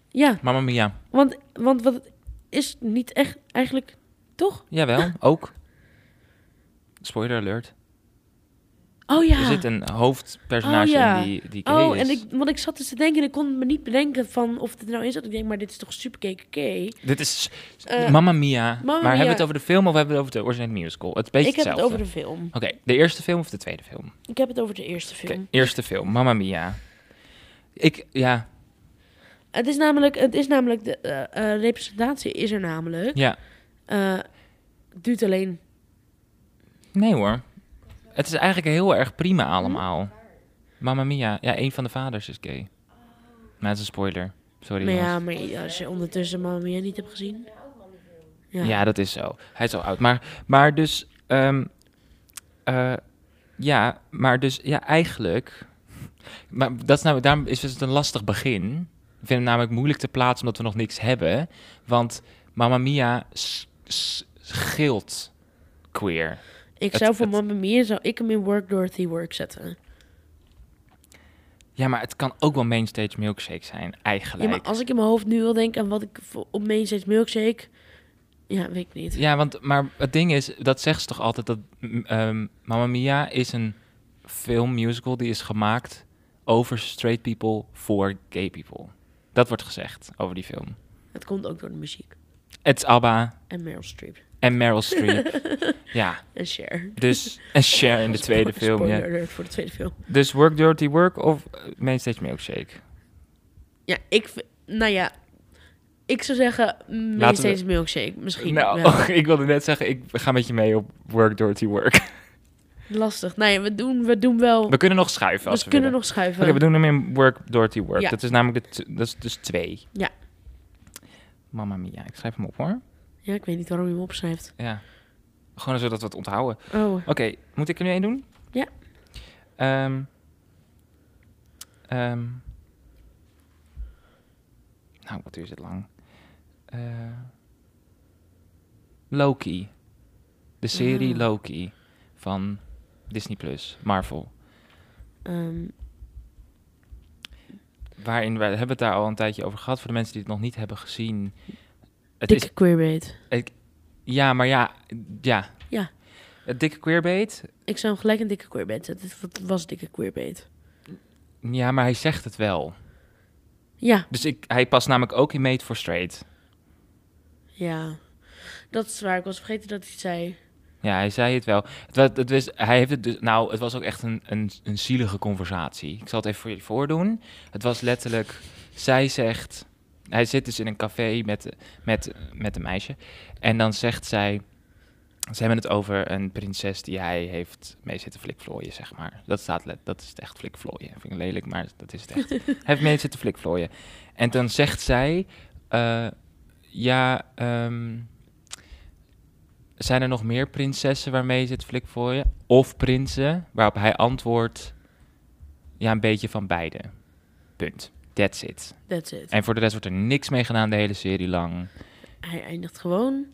Speaker 2: Ja,
Speaker 1: Mamma Mia.
Speaker 2: want, want wat het is niet echt eigenlijk toch?
Speaker 1: Jawel, ook. Spoiler alert.
Speaker 2: Oh
Speaker 1: Er
Speaker 2: ja.
Speaker 1: zit een hoofdpersonage
Speaker 2: Oh, ja.
Speaker 1: in die, die gay
Speaker 2: Oh,
Speaker 1: is.
Speaker 2: en ik, want ik zat dus te denken en ik kon me niet bedenken van of het er nou in zat. Ik denk, maar dit is toch super KKK?
Speaker 1: Dit is
Speaker 2: Eh,
Speaker 1: Mamma Mia. maar
Speaker 2: Mamma
Speaker 1: hebben we
Speaker 2: Mia.
Speaker 1: het over de film of hebben we het over de originele musical? Het is een beetje
Speaker 2: Ik heb het
Speaker 1: hetzelfde.
Speaker 2: over de film.
Speaker 1: Oké, de eerste film of de tweede film? Oké,
Speaker 2: Ik heb het over de eerste film.
Speaker 1: eerste film, Mamma Mia. Ik, ja,
Speaker 2: Het is namelijk, het is namelijk de eh, eh, representatie is er namelijk.
Speaker 1: ja,
Speaker 2: Eh, het duurt alleen
Speaker 1: Nee hoor. Het is eigenlijk heel erg prima
Speaker 2: Hm?
Speaker 1: allemaal. Mamma mia. Ja, een van de vaders is gay. Maar het is een spoiler. Sorry.
Speaker 2: Maar ja,
Speaker 1: jongens.
Speaker 2: maar als je ondertussen Mamma Mia niet hebt gezien. Ja.
Speaker 1: Ja. dat is zo. Hij is al oud. Maar, maar dus... ehm, eh, ja, maar dus... Ja, eigenlijk... Maar dat is nou, daarom is het een lastig begin. Ik vind het namelijk moeilijk te plaatsen omdat we nog niks hebben. Want Mamma Mia s- s- scheelt queer.
Speaker 2: Ik
Speaker 1: Het-
Speaker 2: zou voor
Speaker 1: het-
Speaker 2: Mamma Mia zou ik hem in Work Dorothy Work zetten.
Speaker 1: Ja, maar het kan ook wel mainstage milkshake zijn,
Speaker 2: Ja,
Speaker 1: eigenlijk.
Speaker 2: maar als ik in mijn hoofd nu wil denken aan wat ik voor- op Mainstage Milkshake... Ja, weet ik niet.
Speaker 1: Ja, want maar het ding is, dat zegt ze toch altijd dat m, ehm Mamma Mia is een filmmusical die is gemaakt over straight people voor gay people. Dat wordt gezegd over die film.
Speaker 2: Het komt ook door de muziek.
Speaker 1: Het is ABBA
Speaker 2: En Meryl Streep.
Speaker 1: en Meryl Streep. ja,
Speaker 2: En Cher.
Speaker 1: dus en Cher in de tweede
Speaker 2: Spoiler
Speaker 1: film. Ja.
Speaker 2: alert voor de tweede film.
Speaker 1: Dus Work Dirty Work of eh, Mainstage Milkshake.
Speaker 2: Ja, ik... v- Nou ja... Ik zou zeggen Mainstage Milkshake. Misschien.
Speaker 1: nou,
Speaker 2: ja.
Speaker 1: ik wilde net zeggen, ik ga met je mee op Work Dirty Work.
Speaker 2: Lastig. Nou ja, we doen, we doen wel...
Speaker 1: We kunnen nog schuiven als
Speaker 2: we
Speaker 1: we,
Speaker 2: kunnen
Speaker 1: willen.
Speaker 2: nog schuiven.
Speaker 1: Oké, we doen hem in Work Dirty Work.
Speaker 2: Ja.
Speaker 1: Dat is namelijk de t- dat is dus twee.
Speaker 2: Ja.
Speaker 1: Mamma mia, ik schrijf hem op hoor.
Speaker 2: Ja, ik weet niet waarom je hem opschrijft.
Speaker 1: Ja. Gewoon zodat we het onthouden. Oké,
Speaker 2: Oh,
Speaker 1: moet ik er nu één doen?
Speaker 2: Ja.
Speaker 1: Ehm, ehm, nou, wat duurt dit lang? Eh, Loki. De serie
Speaker 2: Ah.
Speaker 1: Loki van Disney Plus, Marvel.
Speaker 2: ehm,
Speaker 1: Waarin we we hebben het daar al een tijdje over gehad. Voor de mensen die het nog niet hebben gezien. Het
Speaker 2: dikke
Speaker 1: is,
Speaker 2: queerbait.
Speaker 1: ja, maar ja, ja.
Speaker 2: Ja.
Speaker 1: Het dikke queerbait.
Speaker 2: Ik zou hem gelijk een dikke queerbait zetten. Het was dikke queerbait.
Speaker 1: Ja, maar hij zegt het wel.
Speaker 2: Ja,
Speaker 1: Dus ik, hij past namelijk ook in Made for Straight.
Speaker 2: ja. Dat is waar. Ik was vergeten dat hij het zei.
Speaker 1: Ja, hij zei het wel. Het, wa- het was, hij heeft het dus, nou, het was ook echt een, een, een zielige conversatie. Ik zal het even voor jullie voordoen. Het was letterlijk, zij zegt... Hij zit dus in een café met, met, met een meisje. En dan zegt zij... Ze hebben het over een prinses die hij heeft mee zitten flikvlooien, zeg maar. Dat staat let, dat is het echt flikvlooien. Vind ik lelijk, maar dat is het echt. hij heeft mee zitten flikvlooien. En dan zegt zij... eh, ja, ehm, zijn er nog meer prinsessen waarmee ze het flik voor je? Of prinsen? Waarop hij antwoordt, ja, een beetje van beide. Punt. That's it.
Speaker 2: That's it.
Speaker 1: En voor de rest wordt er niks mee gedaan de hele serie lang.
Speaker 2: Hij eindigt gewoon.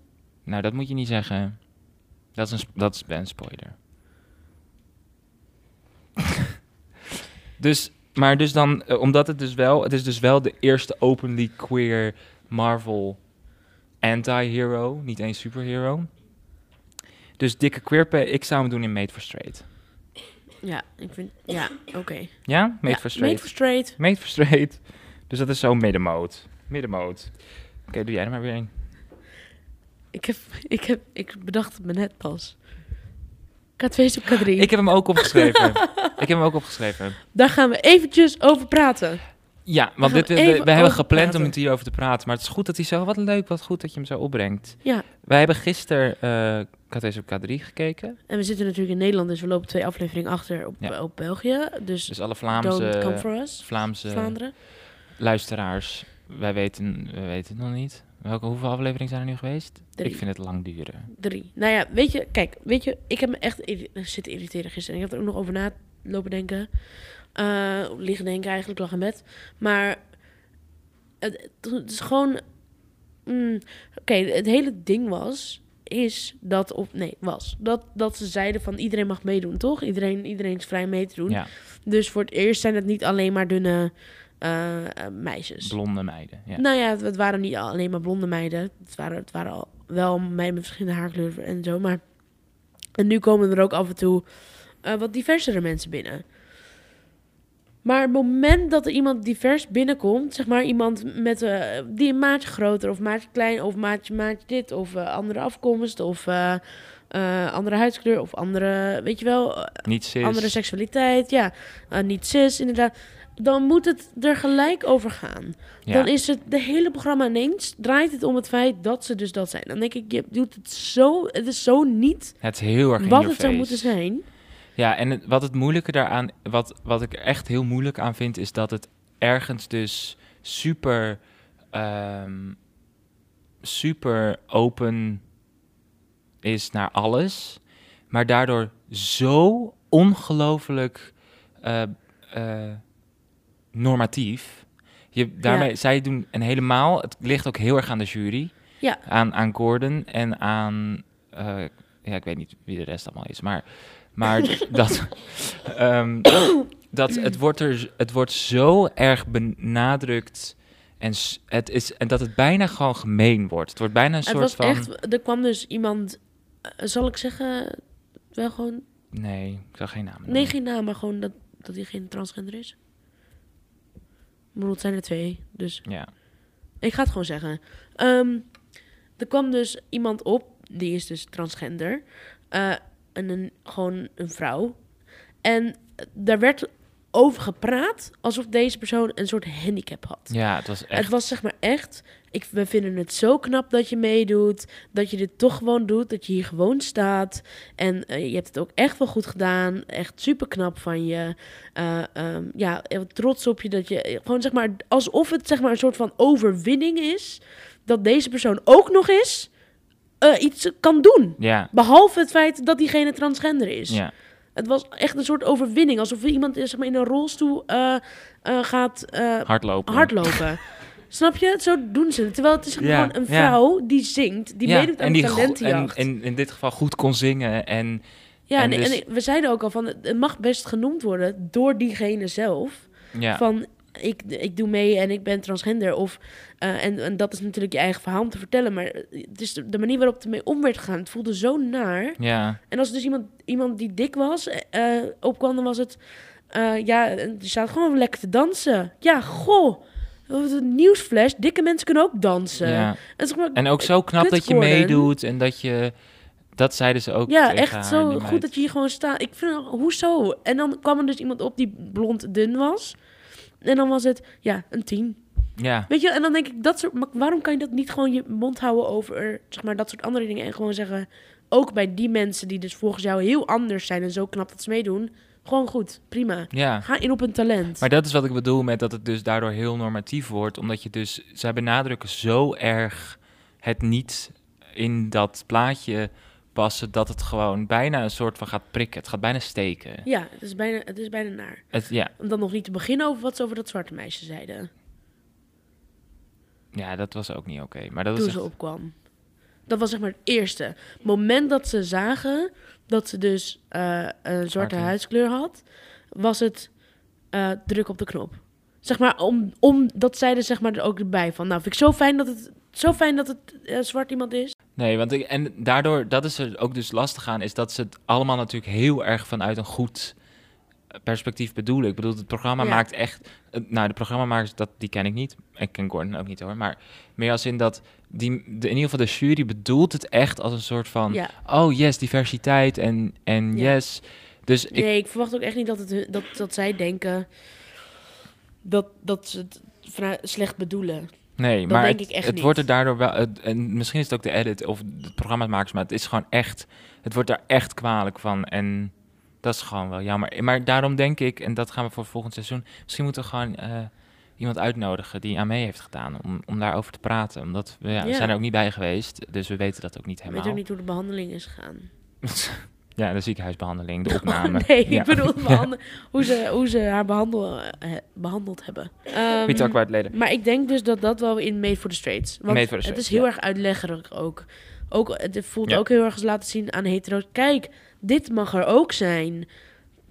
Speaker 1: Nou, dat moet je niet zeggen. Dat is een, sp- dat is een spoiler. dus, maar dus dan, eh, omdat het dus wel, het is dus wel de eerste openly queer Marvel anti-hero, niet eens superhero. Dus dikke queerpay, ik zou hem doen in Made for Straight.
Speaker 2: Ja, ik vind... Ja, oké.
Speaker 1: Ja? Made
Speaker 2: ja,
Speaker 1: for Straight.
Speaker 2: Made for straight.
Speaker 1: Made for Straight. Dus dat is zo middenmoot. Middenmoot. Oké, doe jij er maar weer een.
Speaker 2: Ik heb... Ik heb... Ik bedacht het me net pas. K2 is op K3.
Speaker 1: Ik heb hem ook opgeschreven. ik heb hem ook opgeschreven.
Speaker 2: Daar gaan we eventjes over praten.
Speaker 1: Ja, want
Speaker 2: gaan
Speaker 1: dit, we,
Speaker 2: we
Speaker 1: we
Speaker 2: even
Speaker 1: hebben
Speaker 2: over
Speaker 1: gepland
Speaker 2: praten.
Speaker 1: om het hierover te praten. Maar het is goed dat hij zo... Wat leuk, wat goed dat je hem zo opbrengt.
Speaker 2: Ja.
Speaker 1: Wij hebben gisteren eh K2 op K3 gekeken.
Speaker 2: En we zitten natuurlijk in Nederland, dus we lopen twee afleveringen achter op,
Speaker 1: Ja.
Speaker 2: op België. Dus,
Speaker 1: Dus alle
Speaker 2: don't come
Speaker 1: Vlaamse,
Speaker 2: for us,
Speaker 1: Vlaamse
Speaker 2: Vlaanderen.
Speaker 1: luisteraars, wij weten, we weten het nog niet. Welke, hoeveel afleveringen zijn er nu geweest?
Speaker 2: Drie.
Speaker 1: Ik vind het lang duren.
Speaker 2: Drie. Nou ja, weet je, kijk, weet je, ik heb me echt irri- eh, zitten irriteren gisteren. Ik heb er ook nog over na lopen denken. Eh, liggen denken eigenlijk, lag in bed. Maar het, het is gewoon... mm, Oké, het hele ding was, is dat... Of, nee, was. Dat, dat ze zeiden van iedereen mag meedoen, toch? Iedereen, iedereen is vrij mee te doen.
Speaker 1: Ja,
Speaker 2: Dus voor het eerst zijn het niet alleen maar dunne eh, eh, meisjes.
Speaker 1: blonde meiden. Ja.
Speaker 2: Nou ja, het- het waren niet alleen maar blonde meiden. Het waren, het waren al wel meiden met verschillende haarkleuren en zo. Maar en nu komen er ook af en toe eh, wat diversere mensen binnen. Maar het moment dat er iemand divers binnenkomt, zeg maar iemand met, eh, die een maatje groter of maatje klein of maatje, maatje dit of eh, andere afkomst of eh, eh, andere huidskleur of andere, weet je wel,
Speaker 1: Niet cis.
Speaker 2: andere seksualiteit, ja. Eh, niet cis, inderdaad. dan moet het er gelijk over gaan.
Speaker 1: Ja.
Speaker 2: Dan is het de hele programma ineens draait het om het feit dat ze dus dat zijn. Dan denk ik, je doet het zo, het is zo niet
Speaker 1: Het is heel erg in
Speaker 2: wat
Speaker 1: your
Speaker 2: het zou
Speaker 1: face.
Speaker 2: moeten zijn.
Speaker 1: Ja, en het- wat het moeilijke daaraan, wat, wat ik er echt heel moeilijk aan vind, is dat het ergens dus super, ehm, super open is naar alles, maar daardoor zo ongelooflijk eh, eh, normatief. Je, daarmee, Zij doen, en helemaal, het ligt ook heel erg aan de jury,
Speaker 2: Ja.
Speaker 1: aan, aan Gordon en aan, eh, ja, ik weet niet wie de rest allemaal is, maar maar dat, ehm, dat het, wordt er, het wordt zo erg benadrukt. En, s- het is, en dat het bijna gewoon gemeen wordt. Het wordt bijna een
Speaker 2: Het
Speaker 1: soort
Speaker 2: was
Speaker 1: van.
Speaker 2: echt, er kwam dus iemand, eh, zal ik zeggen, wel gewoon,
Speaker 1: Nee, ik zag geen naam.
Speaker 2: nee geen naam, maar gewoon dat, dat hij geen transgender is. Ik bedoel, het zijn er twee, dus
Speaker 1: Ja.
Speaker 2: Ik ga het gewoon zeggen. Ehm, er kwam dus iemand op, die is dus transgender. eh, en een, gewoon een vrouw. En eh, daar werd over gepraat alsof deze persoon een soort handicap had.
Speaker 1: ja, het was echt.
Speaker 2: Het was zeg maar echt, ik, we vinden het zo knap dat je meedoet, dat je dit toch gewoon doet, dat je hier gewoon staat. En eh, je hebt het ook echt wel goed gedaan, echt super knap van je. Eh, ehm, ja, heel trots op je dat je, eh, gewoon zeg maar, alsof het zeg maar een soort van overwinning is, dat deze persoon ook nog eens eh, iets kan doen.
Speaker 1: ja,
Speaker 2: Behalve het feit dat diegene transgender is.
Speaker 1: ja,
Speaker 2: Het was echt een soort overwinning. Alsof iemand eh, zeg maar, in een rolstoel eh, eh, gaat, eh,
Speaker 1: hardlopen.
Speaker 2: hardlopen. Snap je? Zo doen ze het. Terwijl het is
Speaker 1: Ja,
Speaker 2: gewoon een
Speaker 1: ja.
Speaker 2: vrouw die zingt, die
Speaker 1: Ja,
Speaker 2: meedoet aan
Speaker 1: en
Speaker 2: de
Speaker 1: die go- en,
Speaker 2: talentenjacht.
Speaker 1: en in dit geval goed kon zingen. En
Speaker 2: ja, en,
Speaker 1: en dus-
Speaker 2: en we zeiden ook al van, het mag best genoemd worden door diegene zelf.
Speaker 1: ja,
Speaker 2: Van, ik, ik doe mee en ik ben transgender. Of, eh, en, en dat is natuurlijk je eigen verhaal om te vertellen. Maar het is de de manier waarop het ermee om werd gegaan. Het voelde zo naar.
Speaker 1: ja,
Speaker 2: En als er dus iemand, iemand die dik was eh, eh, opkwam, dan was het... eh, ja, en die staat gewoon lekker te dansen. Ja, goh. Wat een Nieuwsflash, dikke mensen kunnen ook dansen.
Speaker 1: ja.
Speaker 2: En, zeg maar,
Speaker 1: En ook zo knap dat je
Speaker 2: Kutgordon.
Speaker 1: meedoet en dat je. Dat zeiden ze ook.
Speaker 2: ja,
Speaker 1: tegen
Speaker 2: echt
Speaker 1: haar,
Speaker 2: zo
Speaker 1: die
Speaker 2: goed
Speaker 1: meid.
Speaker 2: dat je hier gewoon staat. Ik vind, hoezo? En dan kwam er dus iemand op die blond dun was. En dan was het, ja, een tien.
Speaker 1: Ja,
Speaker 2: Weet je, en dan denk ik, dat soort, maar waarom kan je dat niet gewoon je mond houden over zeg maar, dat soort andere dingen? En gewoon zeggen, ook bij die mensen die dus volgens jou heel anders zijn en zo knap dat ze meedoen. Gewoon goed, prima.
Speaker 1: ja.
Speaker 2: Ga in op een talent.
Speaker 1: Maar dat is wat ik bedoel met dat het dus daardoor heel normatief wordt. Omdat je dus, zij benadrukken zo erg het niet in dat plaatje passen. Dat het gewoon bijna een soort van gaat prikken. Het gaat bijna steken.
Speaker 2: Ja, het is, bijna, het is bijna naar.
Speaker 1: Het, ja,
Speaker 2: Om dan nog niet te beginnen over wat ze over dat zwarte meisje zeiden.
Speaker 1: ja, dat was ook niet oké. Maar dat
Speaker 2: toen
Speaker 1: was
Speaker 2: ze
Speaker 1: echt-
Speaker 2: opkwam. Dat was zeg maar het eerste. Het moment dat ze zagen dat ze dus eh, een zwarte
Speaker 1: Zwarte.
Speaker 2: huidskleur had, was het eh, druk op de knop. Zeg maar, om, om, dat zeiden ze zeg maar er ook bij van. Nou, vind ik zo fijn dat het, zo fijn dat het eh, zwart iemand is.
Speaker 1: Nee, want ik, en daardoor, dat is er ook dus lastig aan, is dat ze het allemaal natuurlijk heel erg vanuit een goed eh, perspectief bedoelen. Ik bedoel, het programma
Speaker 2: Ja.
Speaker 1: maakt echt, eh, nou, de programmamakers, dat, die ken ik niet. Ik ken Gordon ook niet hoor, maar meer als in dat, die, de, in ieder geval de jury bedoelt het echt als een soort van,
Speaker 2: Ja.
Speaker 1: oh yes, diversiteit en, en
Speaker 2: Ja.
Speaker 1: yes. Dus ik,
Speaker 2: Nee, ik verwacht ook echt niet dat, het, hun- dat, dat zij denken dat, dat ze het vanuit- slecht bedoelen.
Speaker 1: nee,
Speaker 2: dat
Speaker 1: maar
Speaker 2: denk
Speaker 1: het,
Speaker 2: ik echt
Speaker 1: het
Speaker 2: niet.
Speaker 1: wordt er daardoor wel, het- en misschien is het ook de edit of de programmamakers, maar het is gewoon echt, het wordt daar echt kwalijk van en... Dat is gewoon wel jammer. Maar daarom denk ik, en dat gaan we voor volgend seizoen. Misschien moeten we gewoon eh, iemand uitnodigen die aan mee heeft gedaan. Om, om daarover te praten. Omdat we, ja, we
Speaker 2: Ja.
Speaker 1: zijn er ook niet bij geweest. Dus we weten dat ook niet
Speaker 2: Ik weet
Speaker 1: helemaal.
Speaker 2: ook niet hoe de behandeling is gegaan.
Speaker 1: ja, de ziekenhuisbehandeling, de opname.
Speaker 2: nee,
Speaker 1: Ja.
Speaker 2: ik bedoel behand- hoe, ze, hoe ze haar behandel, eh, behandeld hebben. Ehm,
Speaker 1: We talk about it later.
Speaker 2: maar ik denk dus dat dat wel in Made for the Straits. Want
Speaker 1: Made for the
Speaker 2: het is
Speaker 1: Straights,
Speaker 2: heel
Speaker 1: ja.
Speaker 2: erg uitleggerig ook. ook het voelt
Speaker 1: Ja.
Speaker 2: ook heel erg eens laten zien aan hetero's. Kijk, dit mag er ook zijn.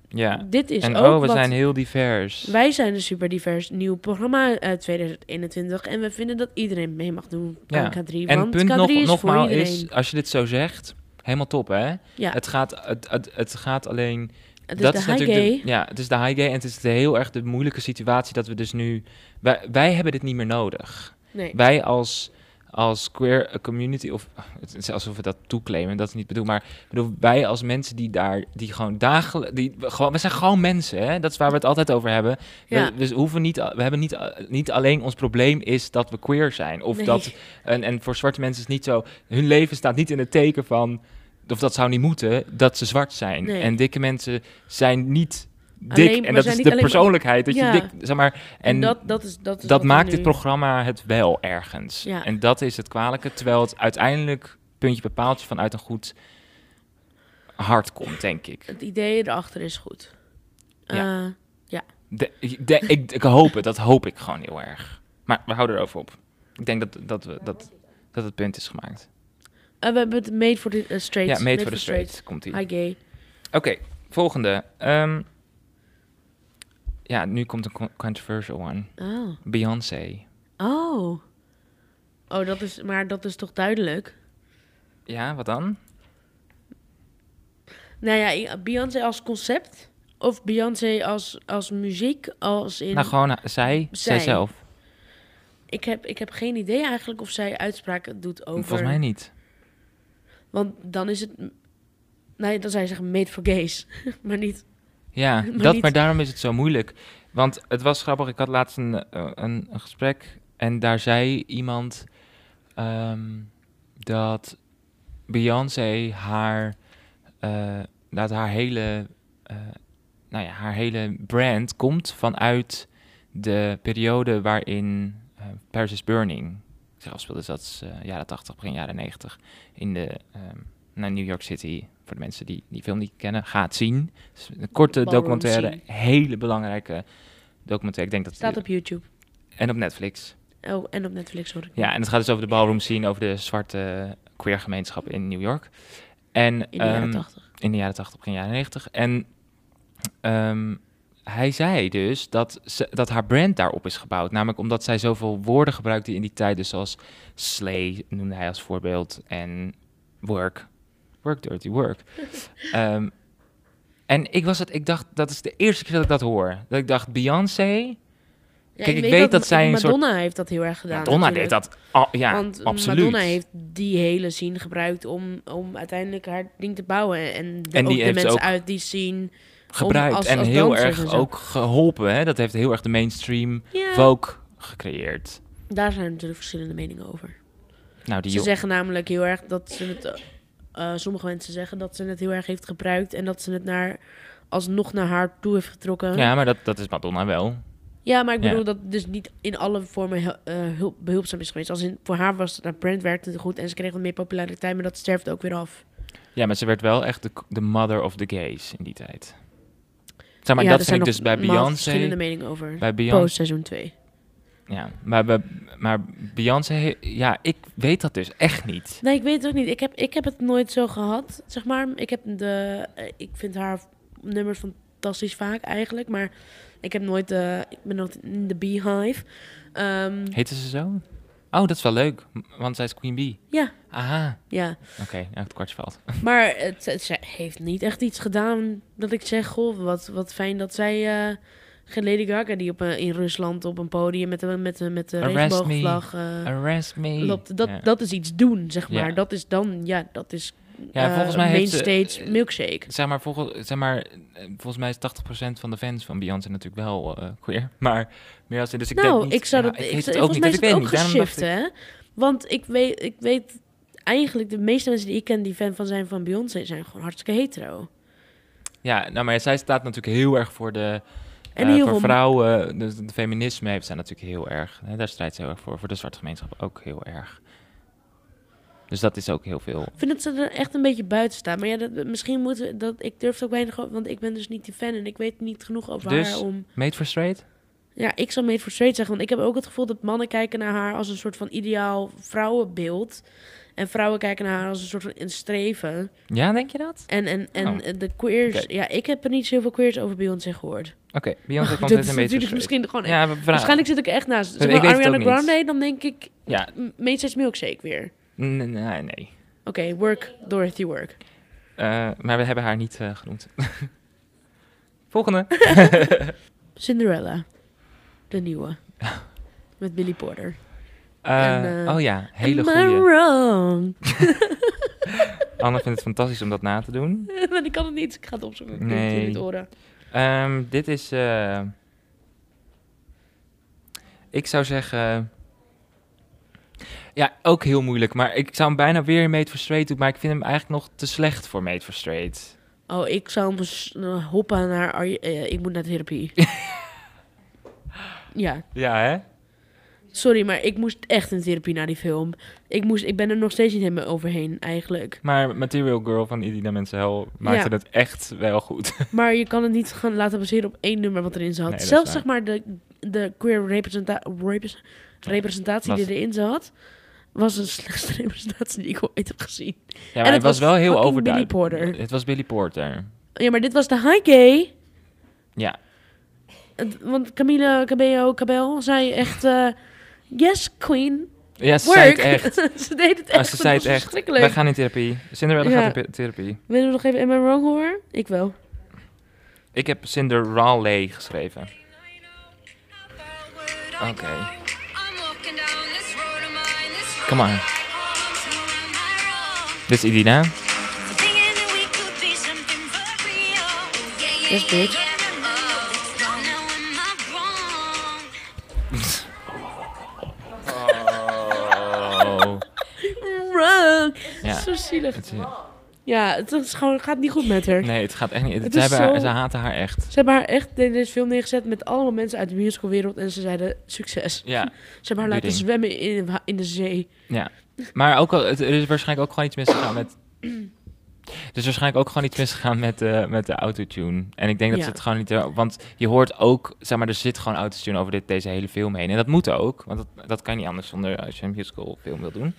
Speaker 1: Ja.
Speaker 2: Dit is
Speaker 1: En
Speaker 2: ook
Speaker 1: oh, we
Speaker 2: wat...
Speaker 1: zijn heel divers.
Speaker 2: Wij zijn een super divers nieuw programma uit 2021. En we vinden dat iedereen mee mag doen
Speaker 1: Ja.
Speaker 2: aan K3.
Speaker 1: en
Speaker 2: want
Speaker 1: het punt
Speaker 2: K3
Speaker 1: nog,
Speaker 2: is voor
Speaker 1: nogmaals
Speaker 2: iedereen.
Speaker 1: is, als je dit zo zegt, helemaal top hè.
Speaker 2: ja, het,
Speaker 1: Het, gaat, het, het, het gaat alleen dat
Speaker 2: is de
Speaker 1: is
Speaker 2: high
Speaker 1: natuurlijk
Speaker 2: gay.
Speaker 1: De, ja, het is de high gay en het is de heel erg de moeilijke situatie dat we dus nu... Wij, wij hebben dit niet meer nodig.
Speaker 2: Nee.
Speaker 1: Wij als, als queer eh, community, of het is alsof we dat toeclaimen, dat is niet bedoeld, maar ik bedoel, wij als mensen die daar, die gewoon dagelijks, die, we gewoon, we zijn gewoon mensen, hè? dat is waar we het altijd over hebben. We,
Speaker 2: Ja.
Speaker 1: dus hoeven niet, we hebben niet, niet alleen ons probleem is dat we queer zijn, of
Speaker 2: Nee.
Speaker 1: dat, en, en voor zwarte mensen is het niet zo, hun leven staat niet in het teken van, of dat zou niet moeten, dat ze zwart zijn.
Speaker 2: Nee.
Speaker 1: En dikke mensen zijn niet dik,
Speaker 2: Alleen- maar
Speaker 1: en dat
Speaker 2: zijn
Speaker 1: is de
Speaker 2: niet alleen maar-
Speaker 1: persoonlijkheid, dat
Speaker 2: Ja.
Speaker 1: je dik, zeg maar, en dat,
Speaker 2: dat, dat, is, dat, is wat we
Speaker 1: maakt dit
Speaker 2: nu-
Speaker 1: programma het wel ergens.
Speaker 2: Ja.
Speaker 1: En dat is het kwalijke, terwijl het uiteindelijk puntje bij paaltje vanuit een goed hart komt, denk ik.
Speaker 2: Het idee erachter is goed.
Speaker 1: Ja.
Speaker 2: Eh,
Speaker 1: De, de- ik, ik hoop het, dat hoop ik gewoon heel erg. Maar we houden erover op. Ik denk dat, dat, we, dat, dat het punt is gemaakt.
Speaker 2: eh, we hebben het Made for the eh, Straight.
Speaker 1: ja, made for the straight komt ie.
Speaker 2: Hi gay.
Speaker 1: Oké, volgende. Ehm, ja, nu komt een con- controversial one.
Speaker 2: Oh.
Speaker 1: Beyoncé.
Speaker 2: Oh. Oh, dat is, maar dat is toch duidelijk?
Speaker 1: Ja, wat dan?
Speaker 2: Nou ja, ik- Beyoncé als concept? Of Beyoncé als, als muziek? Als in...
Speaker 1: Nou, gewoon eh, zij,
Speaker 2: Zij.
Speaker 1: zijzelf.
Speaker 2: ik, heb, ik heb geen idee eigenlijk of zij uitspraken doet over...
Speaker 1: Volgens mij niet.
Speaker 2: Want dan is het... Nou ja, dan zou je zeggen made for gays. maar niet...
Speaker 1: Ja,
Speaker 2: Maar
Speaker 1: dat,
Speaker 2: niet-
Speaker 1: maar daarom is het zo moeilijk. Want het was grappig, ik had laatst een, eh, een, een gesprek en daar zei iemand ehm, dat Beyoncé haar, eh, dat haar hele, eh, nou ja, haar hele brand komt vanuit de periode waarin eh, Paris is Burning zich afspeelde. Dus dat is eh, jaren 80, begin jaren 90 in de, ehm, naar New York City. Voor de mensen die die film niet kennen, ga het zien. Het is een korte
Speaker 2: Ballroom
Speaker 1: documentaire,
Speaker 2: scene.
Speaker 1: hele belangrijke documentaire. Ik denk dat
Speaker 2: Staat op YouTube.
Speaker 1: en op Netflix.
Speaker 2: Oh, en op Netflix, sorry.
Speaker 1: Ja, en het gaat dus over de ballroom scene, over de zwarte queer gemeenschap in New York. En,
Speaker 2: In de jaren
Speaker 1: ehm,
Speaker 2: 80.
Speaker 1: in de jaren 80, begin jaren 90. En ehm, hij zei dus dat, ze, dat haar brand daarop is gebouwd. Namelijk omdat zij zoveel woorden gebruikte in die tijd. Dus zoals slay noemde hij als voorbeeld. En work. Work, dirty work. Ehm, en ik, was het, ik dacht, dat is de eerste keer dat ik dat hoor. Dat ik dacht, Beyoncé...
Speaker 2: Ja,
Speaker 1: kijk, ik weet dat zij een soort-
Speaker 2: Madonna heeft dat heel erg gedaan.
Speaker 1: Madonna
Speaker 2: natuurlijk.
Speaker 1: deed dat... al- ja,
Speaker 2: Want
Speaker 1: absoluut.
Speaker 2: Madonna heeft die hele scene gebruikt om, om uiteindelijk haar ding te bouwen. En, de,
Speaker 1: En die
Speaker 2: ook de
Speaker 1: heeft ze
Speaker 2: mensen
Speaker 1: ook
Speaker 2: uit die scene.
Speaker 1: gebruikt
Speaker 2: als-
Speaker 1: en
Speaker 2: als
Speaker 1: heel
Speaker 2: dansers
Speaker 1: erg
Speaker 2: en zo.
Speaker 1: ook geholpen. Hè? Dat heeft heel erg de mainstream
Speaker 2: Ja,
Speaker 1: folk gecreëerd.
Speaker 2: daar zijn natuurlijk verschillende meningen over.
Speaker 1: Nou, die
Speaker 2: Ze
Speaker 1: jo-
Speaker 2: zeggen namelijk heel erg dat ze het... eh, eh, sommige mensen zeggen dat ze het heel erg heeft gebruikt. En dat ze het naar, alsnog naar haar toe heeft getrokken.
Speaker 1: ja, maar dat, dat is Madonna wel.
Speaker 2: Ja, maar ik bedoel
Speaker 1: Ja.
Speaker 2: dat het dus niet in alle vormen hel- eh, hulp, behulpzaam is geweest. Als in, voor haar was het, haar brand werkte het goed en ze kreeg wat meer populariteit, maar dat sterft ook weer af.
Speaker 1: Ja, maar ze werd wel echt de, k- de mother of the gays in die tijd. Zeg maar,
Speaker 2: ja,
Speaker 1: dat
Speaker 2: er
Speaker 1: vind ik
Speaker 2: nog
Speaker 1: dus bij
Speaker 2: maal verschillende
Speaker 1: Beyoncé.
Speaker 2: meningen over.
Speaker 1: Bij Beyoncé.
Speaker 2: Post seizoen 2.
Speaker 1: Ja, maar, bij- maar Beyoncé, he- ja, ik weet dat dus echt niet.
Speaker 2: Nee, ik weet het ook niet. Ik heb, ik heb het nooit zo gehad, zeg maar. Ik, heb de, eh, ik vind haar nummers fantastisch vaak eigenlijk, maar ik heb nooit de... Ik ben nooit in de beehive. Ehm,
Speaker 1: Heette ze zo? Oh, dat is wel leuk, m- want zij is Queen Bee.
Speaker 2: Ja.
Speaker 1: Aha,
Speaker 2: ja,
Speaker 1: oké, nou, het kwartje valt.
Speaker 2: maar het, het- ze heeft niet echt iets gedaan dat ik zeg... Goh, wat, wat fijn dat zij... eh geen Lady Gaga die op, een- in Rusland op een podium met, een- met, een- met de
Speaker 1: Arrest me.
Speaker 2: regenboogvlag... eh,
Speaker 1: Arrest me.
Speaker 2: Klopt, dat,
Speaker 1: Ja.
Speaker 2: dat is iets doen, zeg maar.
Speaker 1: Ja.
Speaker 2: Dat is dan, ja, dat is
Speaker 1: Ja,
Speaker 2: eh,
Speaker 1: volgens mij
Speaker 2: main
Speaker 1: heeft ze-
Speaker 2: stage milkshake.
Speaker 1: Zeg maar, volgens, zeg maar, eh, volgens mij is 80% van de fans van Beyoncé natuurlijk wel eh, queer. Maar meer als dus ik denk
Speaker 2: nou,
Speaker 1: niet,
Speaker 2: ik zou
Speaker 1: ja,
Speaker 2: dat,
Speaker 1: weet
Speaker 2: ik,
Speaker 1: het
Speaker 2: zou- volgens mij is
Speaker 1: dus
Speaker 2: het
Speaker 1: weet
Speaker 2: ook
Speaker 1: niet. Daarom dacht
Speaker 2: geshift, hè? Want ik weet, ik weet eigenlijk, de meeste mensen die ik ken die fan van zijn van Beyoncé, zijn gewoon hartstikke hetero.
Speaker 1: ik- Ja, nou, maar zij staat natuurlijk heel erg voor de
Speaker 2: En
Speaker 1: eh,
Speaker 2: heel
Speaker 1: voor
Speaker 2: veel-
Speaker 1: vrouwen. Dus het feminisme heeft zij natuurlijk heel erg. Hè, daar strijdt ze heel erg voor. Voor de zwarte gemeenschap ook heel erg. Dus dat is ook heel veel.
Speaker 2: Ik vind dat ze er echt een beetje buiten staan. Maar ja, dat, misschien moeten we, dat, ik durf het ook weinig over, want ik ben dus niet die fan en ik weet niet genoeg over
Speaker 1: Dus?
Speaker 2: haar om...
Speaker 1: Made for straight?
Speaker 2: Ja, ik zou Made for Straight zeggen. Want ik heb ook het gevoel dat mannen kijken naar haar als een soort van ideaal vrouwenbeeld. En vrouwen kijken naar haar als een soort van een streven.
Speaker 1: Ja, denk je dat?
Speaker 2: En, en, en
Speaker 1: Oh.
Speaker 2: eh, de queers...
Speaker 1: Oké.
Speaker 2: Ja, ik heb er niet zoveel queers over Beyoncé gehoord.
Speaker 1: Oké, Beyoncé
Speaker 2: Oh, dat
Speaker 1: komt met
Speaker 2: is
Speaker 1: een beetje
Speaker 2: natuurlijk misschien gewoon...
Speaker 1: Ja, we vragen.
Speaker 2: Waarschijnlijk zit ik echt naast. Zeg
Speaker 1: Ik weet
Speaker 2: maar,
Speaker 1: het
Speaker 2: Ariana
Speaker 1: ook niet.
Speaker 2: Grande, dan denk ik...
Speaker 1: Ja,
Speaker 2: m- Made Stage Milkshake weer.
Speaker 1: n- n- nee, nee.
Speaker 2: Oké, work, Dorothy, work.
Speaker 1: Eh, maar we hebben haar niet eh, genoemd. Volgende.
Speaker 2: Cinderella. De nieuwe. Met Billy Porter.
Speaker 1: Eh,
Speaker 2: En, eh,
Speaker 1: oh ja, hele
Speaker 2: Am I
Speaker 1: goede.
Speaker 2: wrong?
Speaker 1: Anne vindt het fantastisch om dat na te doen.
Speaker 2: maar ik kan het niet, dus ik ga het opzoeken. Ik kan het
Speaker 1: Nee.
Speaker 2: niet horen.
Speaker 1: Ehm, dit is. eh, ik zou zeggen. Ja, ook heel moeilijk. Maar ik zou hem bijna weer in Made for Straight doen. Maar ik vind hem eigenlijk nog te slecht voor Made for Straight.
Speaker 2: Oh, ik zou hem eens, eh, hoppen naar... Arje- eh, ik moet naar therapie. ja,
Speaker 1: Ja, hè?
Speaker 2: sorry, maar ik moest echt in therapie naar die film. Ik, moest, ik ben er nog steeds niet helemaal overheen, eigenlijk. mensen
Speaker 1: Maar Material Girl van Idina Mensenhel maakte
Speaker 2: Ja.
Speaker 1: het echt wel goed.
Speaker 2: Maar je kan het niet gaan laten baseren op één nummer wat erin zat.
Speaker 1: Nee, dat is
Speaker 2: Zelfs
Speaker 1: waar.
Speaker 2: zeg maar de, de queer representa- repres- representatie
Speaker 1: Was-
Speaker 2: die erin zat, was de slechtste representatie die ik ooit heb gezien.
Speaker 1: Ja, maar
Speaker 2: het
Speaker 1: het was,
Speaker 2: was
Speaker 1: wel heel
Speaker 2: fucking Billy
Speaker 1: overduidelijk.
Speaker 2: Porter.
Speaker 1: Het was Billy Porter.
Speaker 2: Ja, maar dit was de high gay.
Speaker 1: Ja.
Speaker 2: Het- Want Camila Cabello Cabel zei echt... eh, yes, queen,
Speaker 1: Ja, ze
Speaker 2: work.
Speaker 1: zei het echt.
Speaker 2: ze deed het
Speaker 1: Ah,
Speaker 2: echt.
Speaker 1: ze zei het
Speaker 2: was
Speaker 1: echt.
Speaker 2: verschrikkelijk.
Speaker 1: Wij gaan in therapie. Cinderella
Speaker 2: Ja.
Speaker 1: gaat in pe- therapie.
Speaker 2: Willen we nog even Am I Wrong horen? Ik wel.
Speaker 1: Ik heb Cinderella geschreven. Oké. Come on. Dit is Idina.
Speaker 2: Yes, bitch.
Speaker 1: Oh.
Speaker 2: Wrong.
Speaker 1: Ja.
Speaker 2: Zo zielig.
Speaker 1: Het, eh,
Speaker 2: Ja, het is gewoon, gaat niet goed met haar.
Speaker 1: nee, het gaat echt niet.
Speaker 2: Het
Speaker 1: ze,
Speaker 2: is
Speaker 1: hebben haar-
Speaker 2: zo-
Speaker 1: ze haten haar echt.
Speaker 2: Ze hebben haar echt in deze film neergezet met allemaal mensen uit de musicalwereld. En ze zeiden, succes.
Speaker 1: Ja,
Speaker 2: Ze hebben
Speaker 1: Doe
Speaker 2: haar laten
Speaker 1: ding.
Speaker 2: zwemmen in, in de zee.
Speaker 1: ja. Maar ook al, het, er is waarschijnlijk ook gewoon iets misgegaan met... Er is waarschijnlijk ook gewoon iets misgegaan met, eh, met de autotune. En ik denk dat
Speaker 2: Ja.
Speaker 1: ze het gewoon niet... Want je hoort ook... Zeg maar, er zit gewoon autotune over dit, deze hele film heen. En dat moet ook. Want dat, dat kan je niet anders zonder eh, als je een musical film wil doen.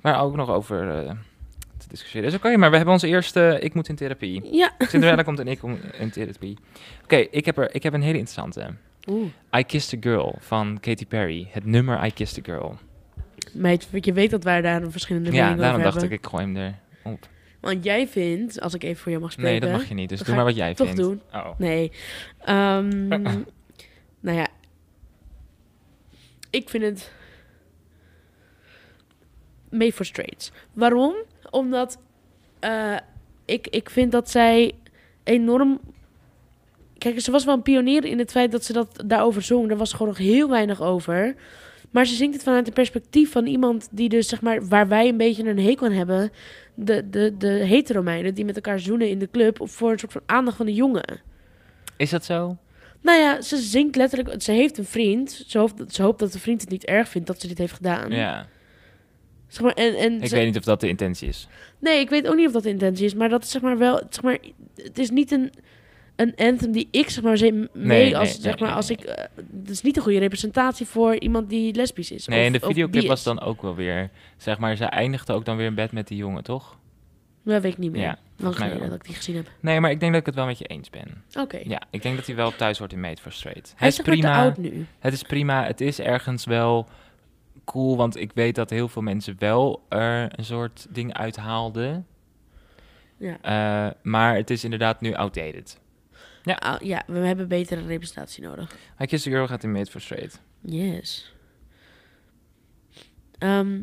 Speaker 1: Maar ook nog over eh, te discussiëren. Dus oké, maar we hebben onze eerste... eh, Ik moet in therapie.
Speaker 2: Ja.
Speaker 1: Cinderella komt en ik om in therapie. Oké, ik, heb er- ik heb een hele interessante.
Speaker 2: Oeh.
Speaker 1: I Kissed a Girl van Katy Perry. Het nummer I Kissed a Girl.
Speaker 2: Meid, je weet dat wij daar een verschillende
Speaker 1: ja,
Speaker 2: meningen
Speaker 1: daarom
Speaker 2: over
Speaker 1: dacht ik,
Speaker 2: hebben.
Speaker 1: ik gooi hem er.
Speaker 2: Want jij vindt, als ik even voor jou mag spreken...
Speaker 1: Nee, dat mag je niet. Dus
Speaker 2: Dan
Speaker 1: doe
Speaker 2: ga
Speaker 1: maar wat jij
Speaker 2: toch
Speaker 1: vindt.
Speaker 2: doen.
Speaker 1: Oh.
Speaker 2: Nee. Ehm, nou ja. Ik vind het... Made for straight. Waarom? Omdat eh, ik, ik vind dat zij enorm... Kijk, ze was wel een pionier in het feit dat ze dat daarover zong. Daar was gewoon nog heel weinig over. Maar ze zingt het vanuit het perspectief van iemand die dus, zeg maar, waar wij een beetje een hekel aan hebben. De, de, de heteromeiden die met elkaar zoenen in de club op- voor een soort van aandacht van de jongen.
Speaker 1: Is dat zo?
Speaker 2: Nou ja, ze zingt letterlijk. Ze heeft een vriend. Ze hoopt, ze hoopt dat de vriend het niet erg vindt dat ze dit heeft gedaan.
Speaker 1: Ja.
Speaker 2: Zeg maar, en, en
Speaker 1: Ik
Speaker 2: ze-
Speaker 1: weet niet of dat de intentie is.
Speaker 2: Nee, ik weet ook niet of dat de intentie is. Maar dat is zeg maar wel. Zeg maar, het is niet een, een anthem die ik zeg maar ze- mee
Speaker 1: nee,
Speaker 2: als.
Speaker 1: nee,
Speaker 2: zeg maar,
Speaker 1: nee,
Speaker 2: als
Speaker 1: nee.
Speaker 2: ik. eh, het is niet een goede representatie voor iemand die lesbisch is.
Speaker 1: Nee,
Speaker 2: of-
Speaker 1: en de
Speaker 2: of
Speaker 1: videoclip
Speaker 2: bi
Speaker 1: was
Speaker 2: is.
Speaker 1: dan ook wel weer... Zeg maar, ze eindigde ook dan weer in bed met die jongen, toch?
Speaker 2: Dat weet ik niet meer.
Speaker 1: Ja,
Speaker 2: Lang
Speaker 1: volgens mij
Speaker 2: geleden
Speaker 1: wel.
Speaker 2: dat ik die gezien heb.
Speaker 1: Nee, maar ik denk dat ik het wel met je eens ben.
Speaker 2: Oké.
Speaker 1: Ja, ik denk dat hij wel thuis wordt in Made for Straight.
Speaker 2: Hij is zeg maar te oud nu.
Speaker 1: Het is prima. Het is ergens wel cool, want ik weet dat heel veel mensen wel er een soort ding uithaalden.
Speaker 2: Ja.
Speaker 1: Eh, maar het is inderdaad nu outdated.
Speaker 2: Ah, ja, we hebben betere representatie nodig.
Speaker 1: I Kiss the Girl gaat in Made for Straight.
Speaker 2: Yes. Ehm,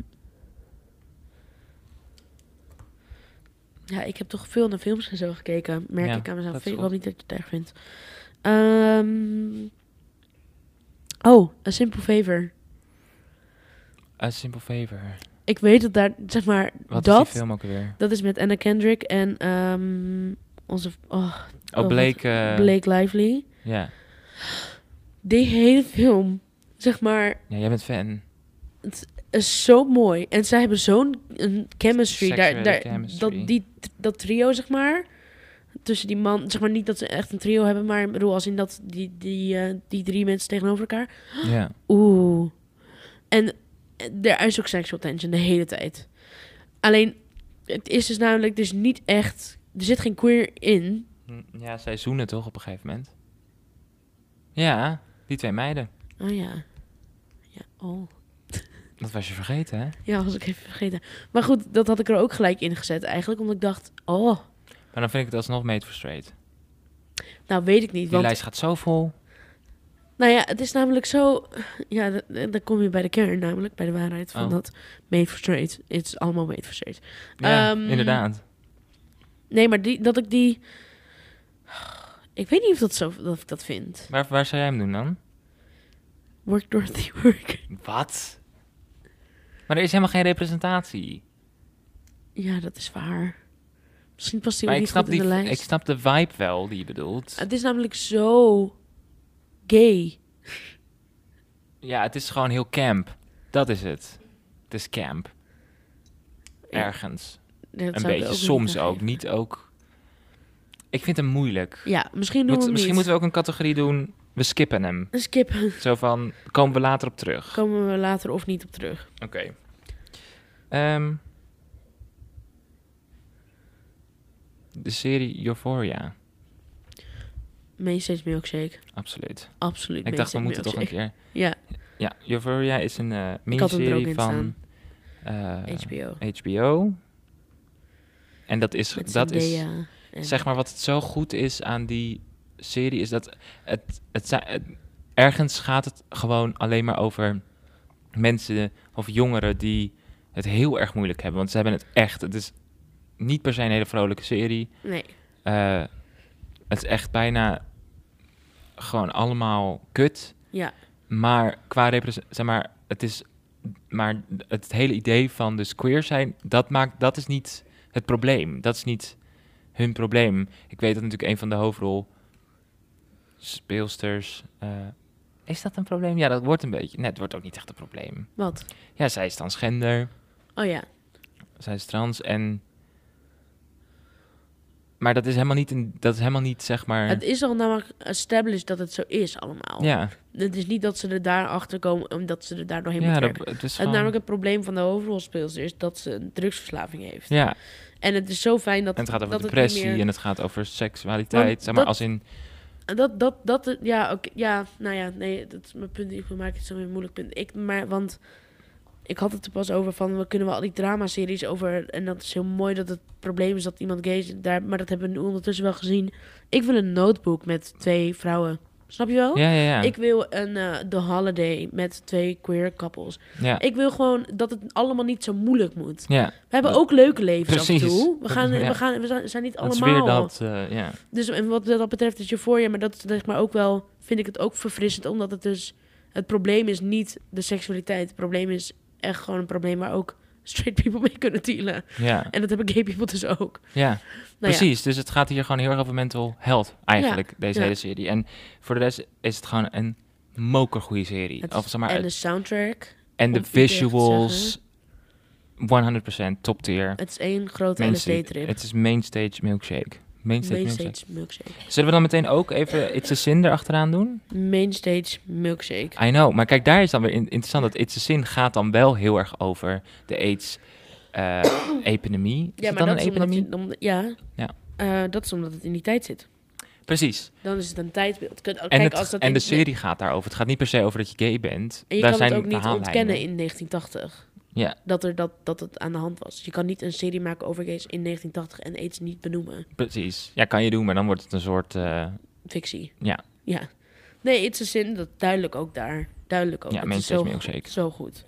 Speaker 2: ja, ik heb toch veel naar films en zo gekeken. Merk
Speaker 1: Ja,
Speaker 2: ik aan
Speaker 1: dat
Speaker 2: mezelf.
Speaker 1: is
Speaker 2: Ik
Speaker 1: goed.
Speaker 2: hoop niet dat je het erg vindt. Ehm, oh, A Simple Favor.
Speaker 1: A Simple Favor.
Speaker 2: Ik weet dat daar, zeg maar,
Speaker 1: Wat is
Speaker 2: dat...
Speaker 1: die film ook weer?
Speaker 2: Dat is met Anna Kendrick en ehm, onze... Oh,
Speaker 1: Oh,
Speaker 2: wat-
Speaker 1: Blake. eh,
Speaker 2: Blake Lively.
Speaker 1: Ja.
Speaker 2: Die hele film, zeg maar,
Speaker 1: ja, jij bent fan.
Speaker 2: is zo mooi. En zij hebben zo'n een chemistry. Daar,
Speaker 1: Seksuele
Speaker 2: daar,
Speaker 1: chemistry.
Speaker 2: Dat, die, dat trio, zeg maar. Tussen die man, zeg maar niet dat ze echt een trio hebben, maar ik bedoel, als in dat die, die, eh, die drie mensen tegenover elkaar.
Speaker 1: Ja.
Speaker 2: Oeh. En eh, er is ook sexual tension de hele tijd. Alleen, het is dus namelijk dus niet echt. Er zit geen queer in.
Speaker 1: Hm, Ja, zij zoenen toch op een gegeven moment? Ja, die twee meiden.
Speaker 2: Oh ja. Ja, oh.
Speaker 1: Dat was je vergeten, hè?
Speaker 2: Ja, was ik even vergeten. Maar goed, dat had ik er ook gelijk in gezet eigenlijk, omdat ik dacht, oh,
Speaker 1: Maar dan vind ik het alsnog Made for Straight.
Speaker 2: nou weet ik niet.
Speaker 1: Die
Speaker 2: Want
Speaker 1: lijst gaat zo vol.
Speaker 2: Nou ja, het is namelijk zo... Ja, d- d- dan kom je bij de kern namelijk, bij de waarheid van
Speaker 1: Oh.
Speaker 2: dat... Made for straight. Het is allemaal made for straight.
Speaker 1: Ja,
Speaker 2: Ehm,
Speaker 1: inderdaad.
Speaker 2: Nee, maar die, dat ik die... Ik weet niet of, dat zo, of ik dat vind.
Speaker 1: Waar, waar zou jij hem doen dan?
Speaker 2: Work Dorothy work.
Speaker 1: Wat? Maar er is helemaal geen representatie.
Speaker 2: Ja, dat is waar. Misschien past hij
Speaker 1: Maar
Speaker 2: ook
Speaker 1: ik
Speaker 2: niet
Speaker 1: snap,
Speaker 2: goed in
Speaker 1: die,
Speaker 2: de lijst.
Speaker 1: ik snap de vibe wel die je bedoelt.
Speaker 2: Het is namelijk zo gay.
Speaker 1: Ja, het is gewoon heel camp. Dat is het. Het is camp. Ergens.
Speaker 2: Nee, dat
Speaker 1: Een
Speaker 2: zou ik
Speaker 1: beetje.
Speaker 2: ook niet
Speaker 1: Soms
Speaker 2: aangeven.
Speaker 1: ook. Niet ook. Ik vind hem moeilijk.
Speaker 2: Ja, misschien doen
Speaker 1: Moet-
Speaker 2: we
Speaker 1: misschien
Speaker 2: hem
Speaker 1: moeten we ook een categorie doen. We skippen hem.
Speaker 2: niet. Skippen.
Speaker 1: Zo van, komen we later op terug.
Speaker 2: Komen we later of niet op terug.
Speaker 1: Oké. Ehm, de serie Euphoria.
Speaker 2: Mainstage milkshake.
Speaker 1: Absoluut.
Speaker 2: Absoluut
Speaker 1: Ik dacht, we
Speaker 2: mainstage
Speaker 1: moeten toch een
Speaker 2: milkshake.
Speaker 1: keer...
Speaker 2: Ja,
Speaker 1: Ja, Euphoria is een eh
Speaker 2: Ik had hem er ook
Speaker 1: miniserie
Speaker 2: in
Speaker 1: van eh,
Speaker 2: HBO.
Speaker 1: HBO. En dat is,
Speaker 2: Met
Speaker 1: dat is
Speaker 2: Zendaya en-
Speaker 1: zeg maar wat het zo goed is aan die serie, is dat het, het, zi- het- ergens gaat het gewoon alleen maar over mensen of jongeren die het heel erg moeilijk hebben. Want ze hebben het echt. Het is niet per se een hele vrolijke serie.
Speaker 2: Nee,
Speaker 1: Eh, het is echt bijna gewoon allemaal kut.
Speaker 2: ja.
Speaker 1: Maar qua represent, zeg maar, het is, maar het hele idee van dus queer zijn, dat maakt, dat is niet het probleem. Dat is niet hun probleem. Ik weet dat natuurlijk een van de hoofdrol speelsters. eh, is dat een probleem? Ja, dat wordt een beetje. Net wordt ook niet echt een probleem.
Speaker 2: Wat?
Speaker 1: Ja, zij is transgender,
Speaker 2: Oh ja.
Speaker 1: zij is trans en. Maar dat is helemaal niet een, dat is helemaal niet zeg maar.
Speaker 2: Het is al namelijk established dat het zo is allemaal.
Speaker 1: ja,
Speaker 2: Het is niet dat ze er daar achter komen omdat ze er daar doorheen
Speaker 1: ja,
Speaker 2: moeten
Speaker 1: dat,
Speaker 2: werken.
Speaker 1: het is
Speaker 2: Het
Speaker 1: gewoon-
Speaker 2: namelijk het probleem van de hoofdrolspeelster is dat ze een drugsverslaving heeft.
Speaker 1: ja,
Speaker 2: En het is zo fijn dat
Speaker 1: En het gaat over
Speaker 2: dat niet
Speaker 1: depressie
Speaker 2: meer-
Speaker 1: en het gaat over seksualiteit.
Speaker 2: Want
Speaker 1: zeg maar,
Speaker 2: dat-
Speaker 1: als in...
Speaker 2: Dat, dat, dat, ja, oké, ja, nou ja, nee, dat is mijn punt. Ik maak het zo weer moeilijk punt. Ik, maar, want ik had het er pas over van, we kunnen wel al die dramaseries over, en dat is heel mooi dat het probleem is dat iemand gay is, daar, maar dat hebben we nu ondertussen wel gezien. Ik wil een notebook met twee vrouwen, snap je wel?
Speaker 1: Ja, ja, ja.
Speaker 2: Ik wil een eh The Holiday met twee queer couples.
Speaker 1: ja.
Speaker 2: Ik wil gewoon dat het allemaal niet zo moeilijk moet.
Speaker 1: ja.
Speaker 2: We hebben
Speaker 1: Dat-
Speaker 2: ook leuke levens af en
Speaker 1: Precies.
Speaker 2: toe. We, gaan,
Speaker 1: Ja.
Speaker 2: we, gaan, we zijn- zijn niet
Speaker 1: Dat is
Speaker 2: allemaal...
Speaker 1: weer dat... eh, ja.
Speaker 2: Dus en wat dat betreft is Euphoria, maar dat is zeg maar ook wel, vind ik het ook verfrissend, omdat het dus, het probleem is niet de seksualiteit. Het probleem is echt gewoon een probleem waar ook straight people mee kunnen dealen.
Speaker 1: Ja,
Speaker 2: En dat hebben gay people dus ook.
Speaker 1: ja.
Speaker 2: Nou ja,
Speaker 1: precies. Dus het gaat hier gewoon heel erg over mental health, eigenlijk, deze
Speaker 2: ja.
Speaker 1: hele serie. En voor de rest is het gewoon een mokergoeie serie.
Speaker 2: het
Speaker 1: of,
Speaker 2: is-
Speaker 1: zeg maar,
Speaker 2: en
Speaker 1: het-
Speaker 2: de soundtrack,
Speaker 1: en
Speaker 2: om
Speaker 1: de
Speaker 2: het niet echt te
Speaker 1: visuals, 100% top tier.
Speaker 2: het is één grote
Speaker 1: Mainsta-
Speaker 2: LSD-trip.
Speaker 1: Het is mainstage milkshake. Mainstage milkshake.
Speaker 2: Mainstage milkshake.
Speaker 1: Zullen we dan meteen ook even It's a Sin erachteraan doen?
Speaker 2: Mainstage milkshake.
Speaker 1: I know, maar kijk, daar is dan weer in- interessant dat It's a Sin gaat dan wel heel erg over de AIDS-epidemie. is
Speaker 2: Ja,
Speaker 1: het
Speaker 2: maar
Speaker 1: dan
Speaker 2: dat
Speaker 1: een
Speaker 2: is omdat,
Speaker 1: epidemie?
Speaker 2: je- om- ja,
Speaker 1: Ja.
Speaker 2: Eh, dat is omdat het in die tijd zit.
Speaker 1: Precies.
Speaker 2: Dan is het een tijdbeeld. Kijk,
Speaker 1: En,
Speaker 2: kijk,
Speaker 1: het-
Speaker 2: als dat
Speaker 1: en
Speaker 2: in-
Speaker 1: de serie gaat daarover. Het gaat niet per se over dat je gay bent.
Speaker 2: En je
Speaker 1: daar
Speaker 2: kan
Speaker 1: zijn
Speaker 2: het ook niet
Speaker 1: verhaallijnen.
Speaker 2: ontkennen in 1980.
Speaker 1: Ja.
Speaker 2: Dat, er dat, dat het aan de hand was. Je kan niet een serie maken over gays in 1980 en aids niet benoemen.
Speaker 1: Precies. Ja, kan je doen, maar dan wordt het een soort... eh,
Speaker 2: Fictie.
Speaker 1: Ja.
Speaker 2: Ja. Nee, It's a Sin, dat duidelijk ook daar. Duidelijk ook.
Speaker 1: Ja,
Speaker 2: Het
Speaker 1: mensen
Speaker 2: is zo,
Speaker 1: is me ook
Speaker 2: goed,
Speaker 1: zeker.
Speaker 2: Zo goed.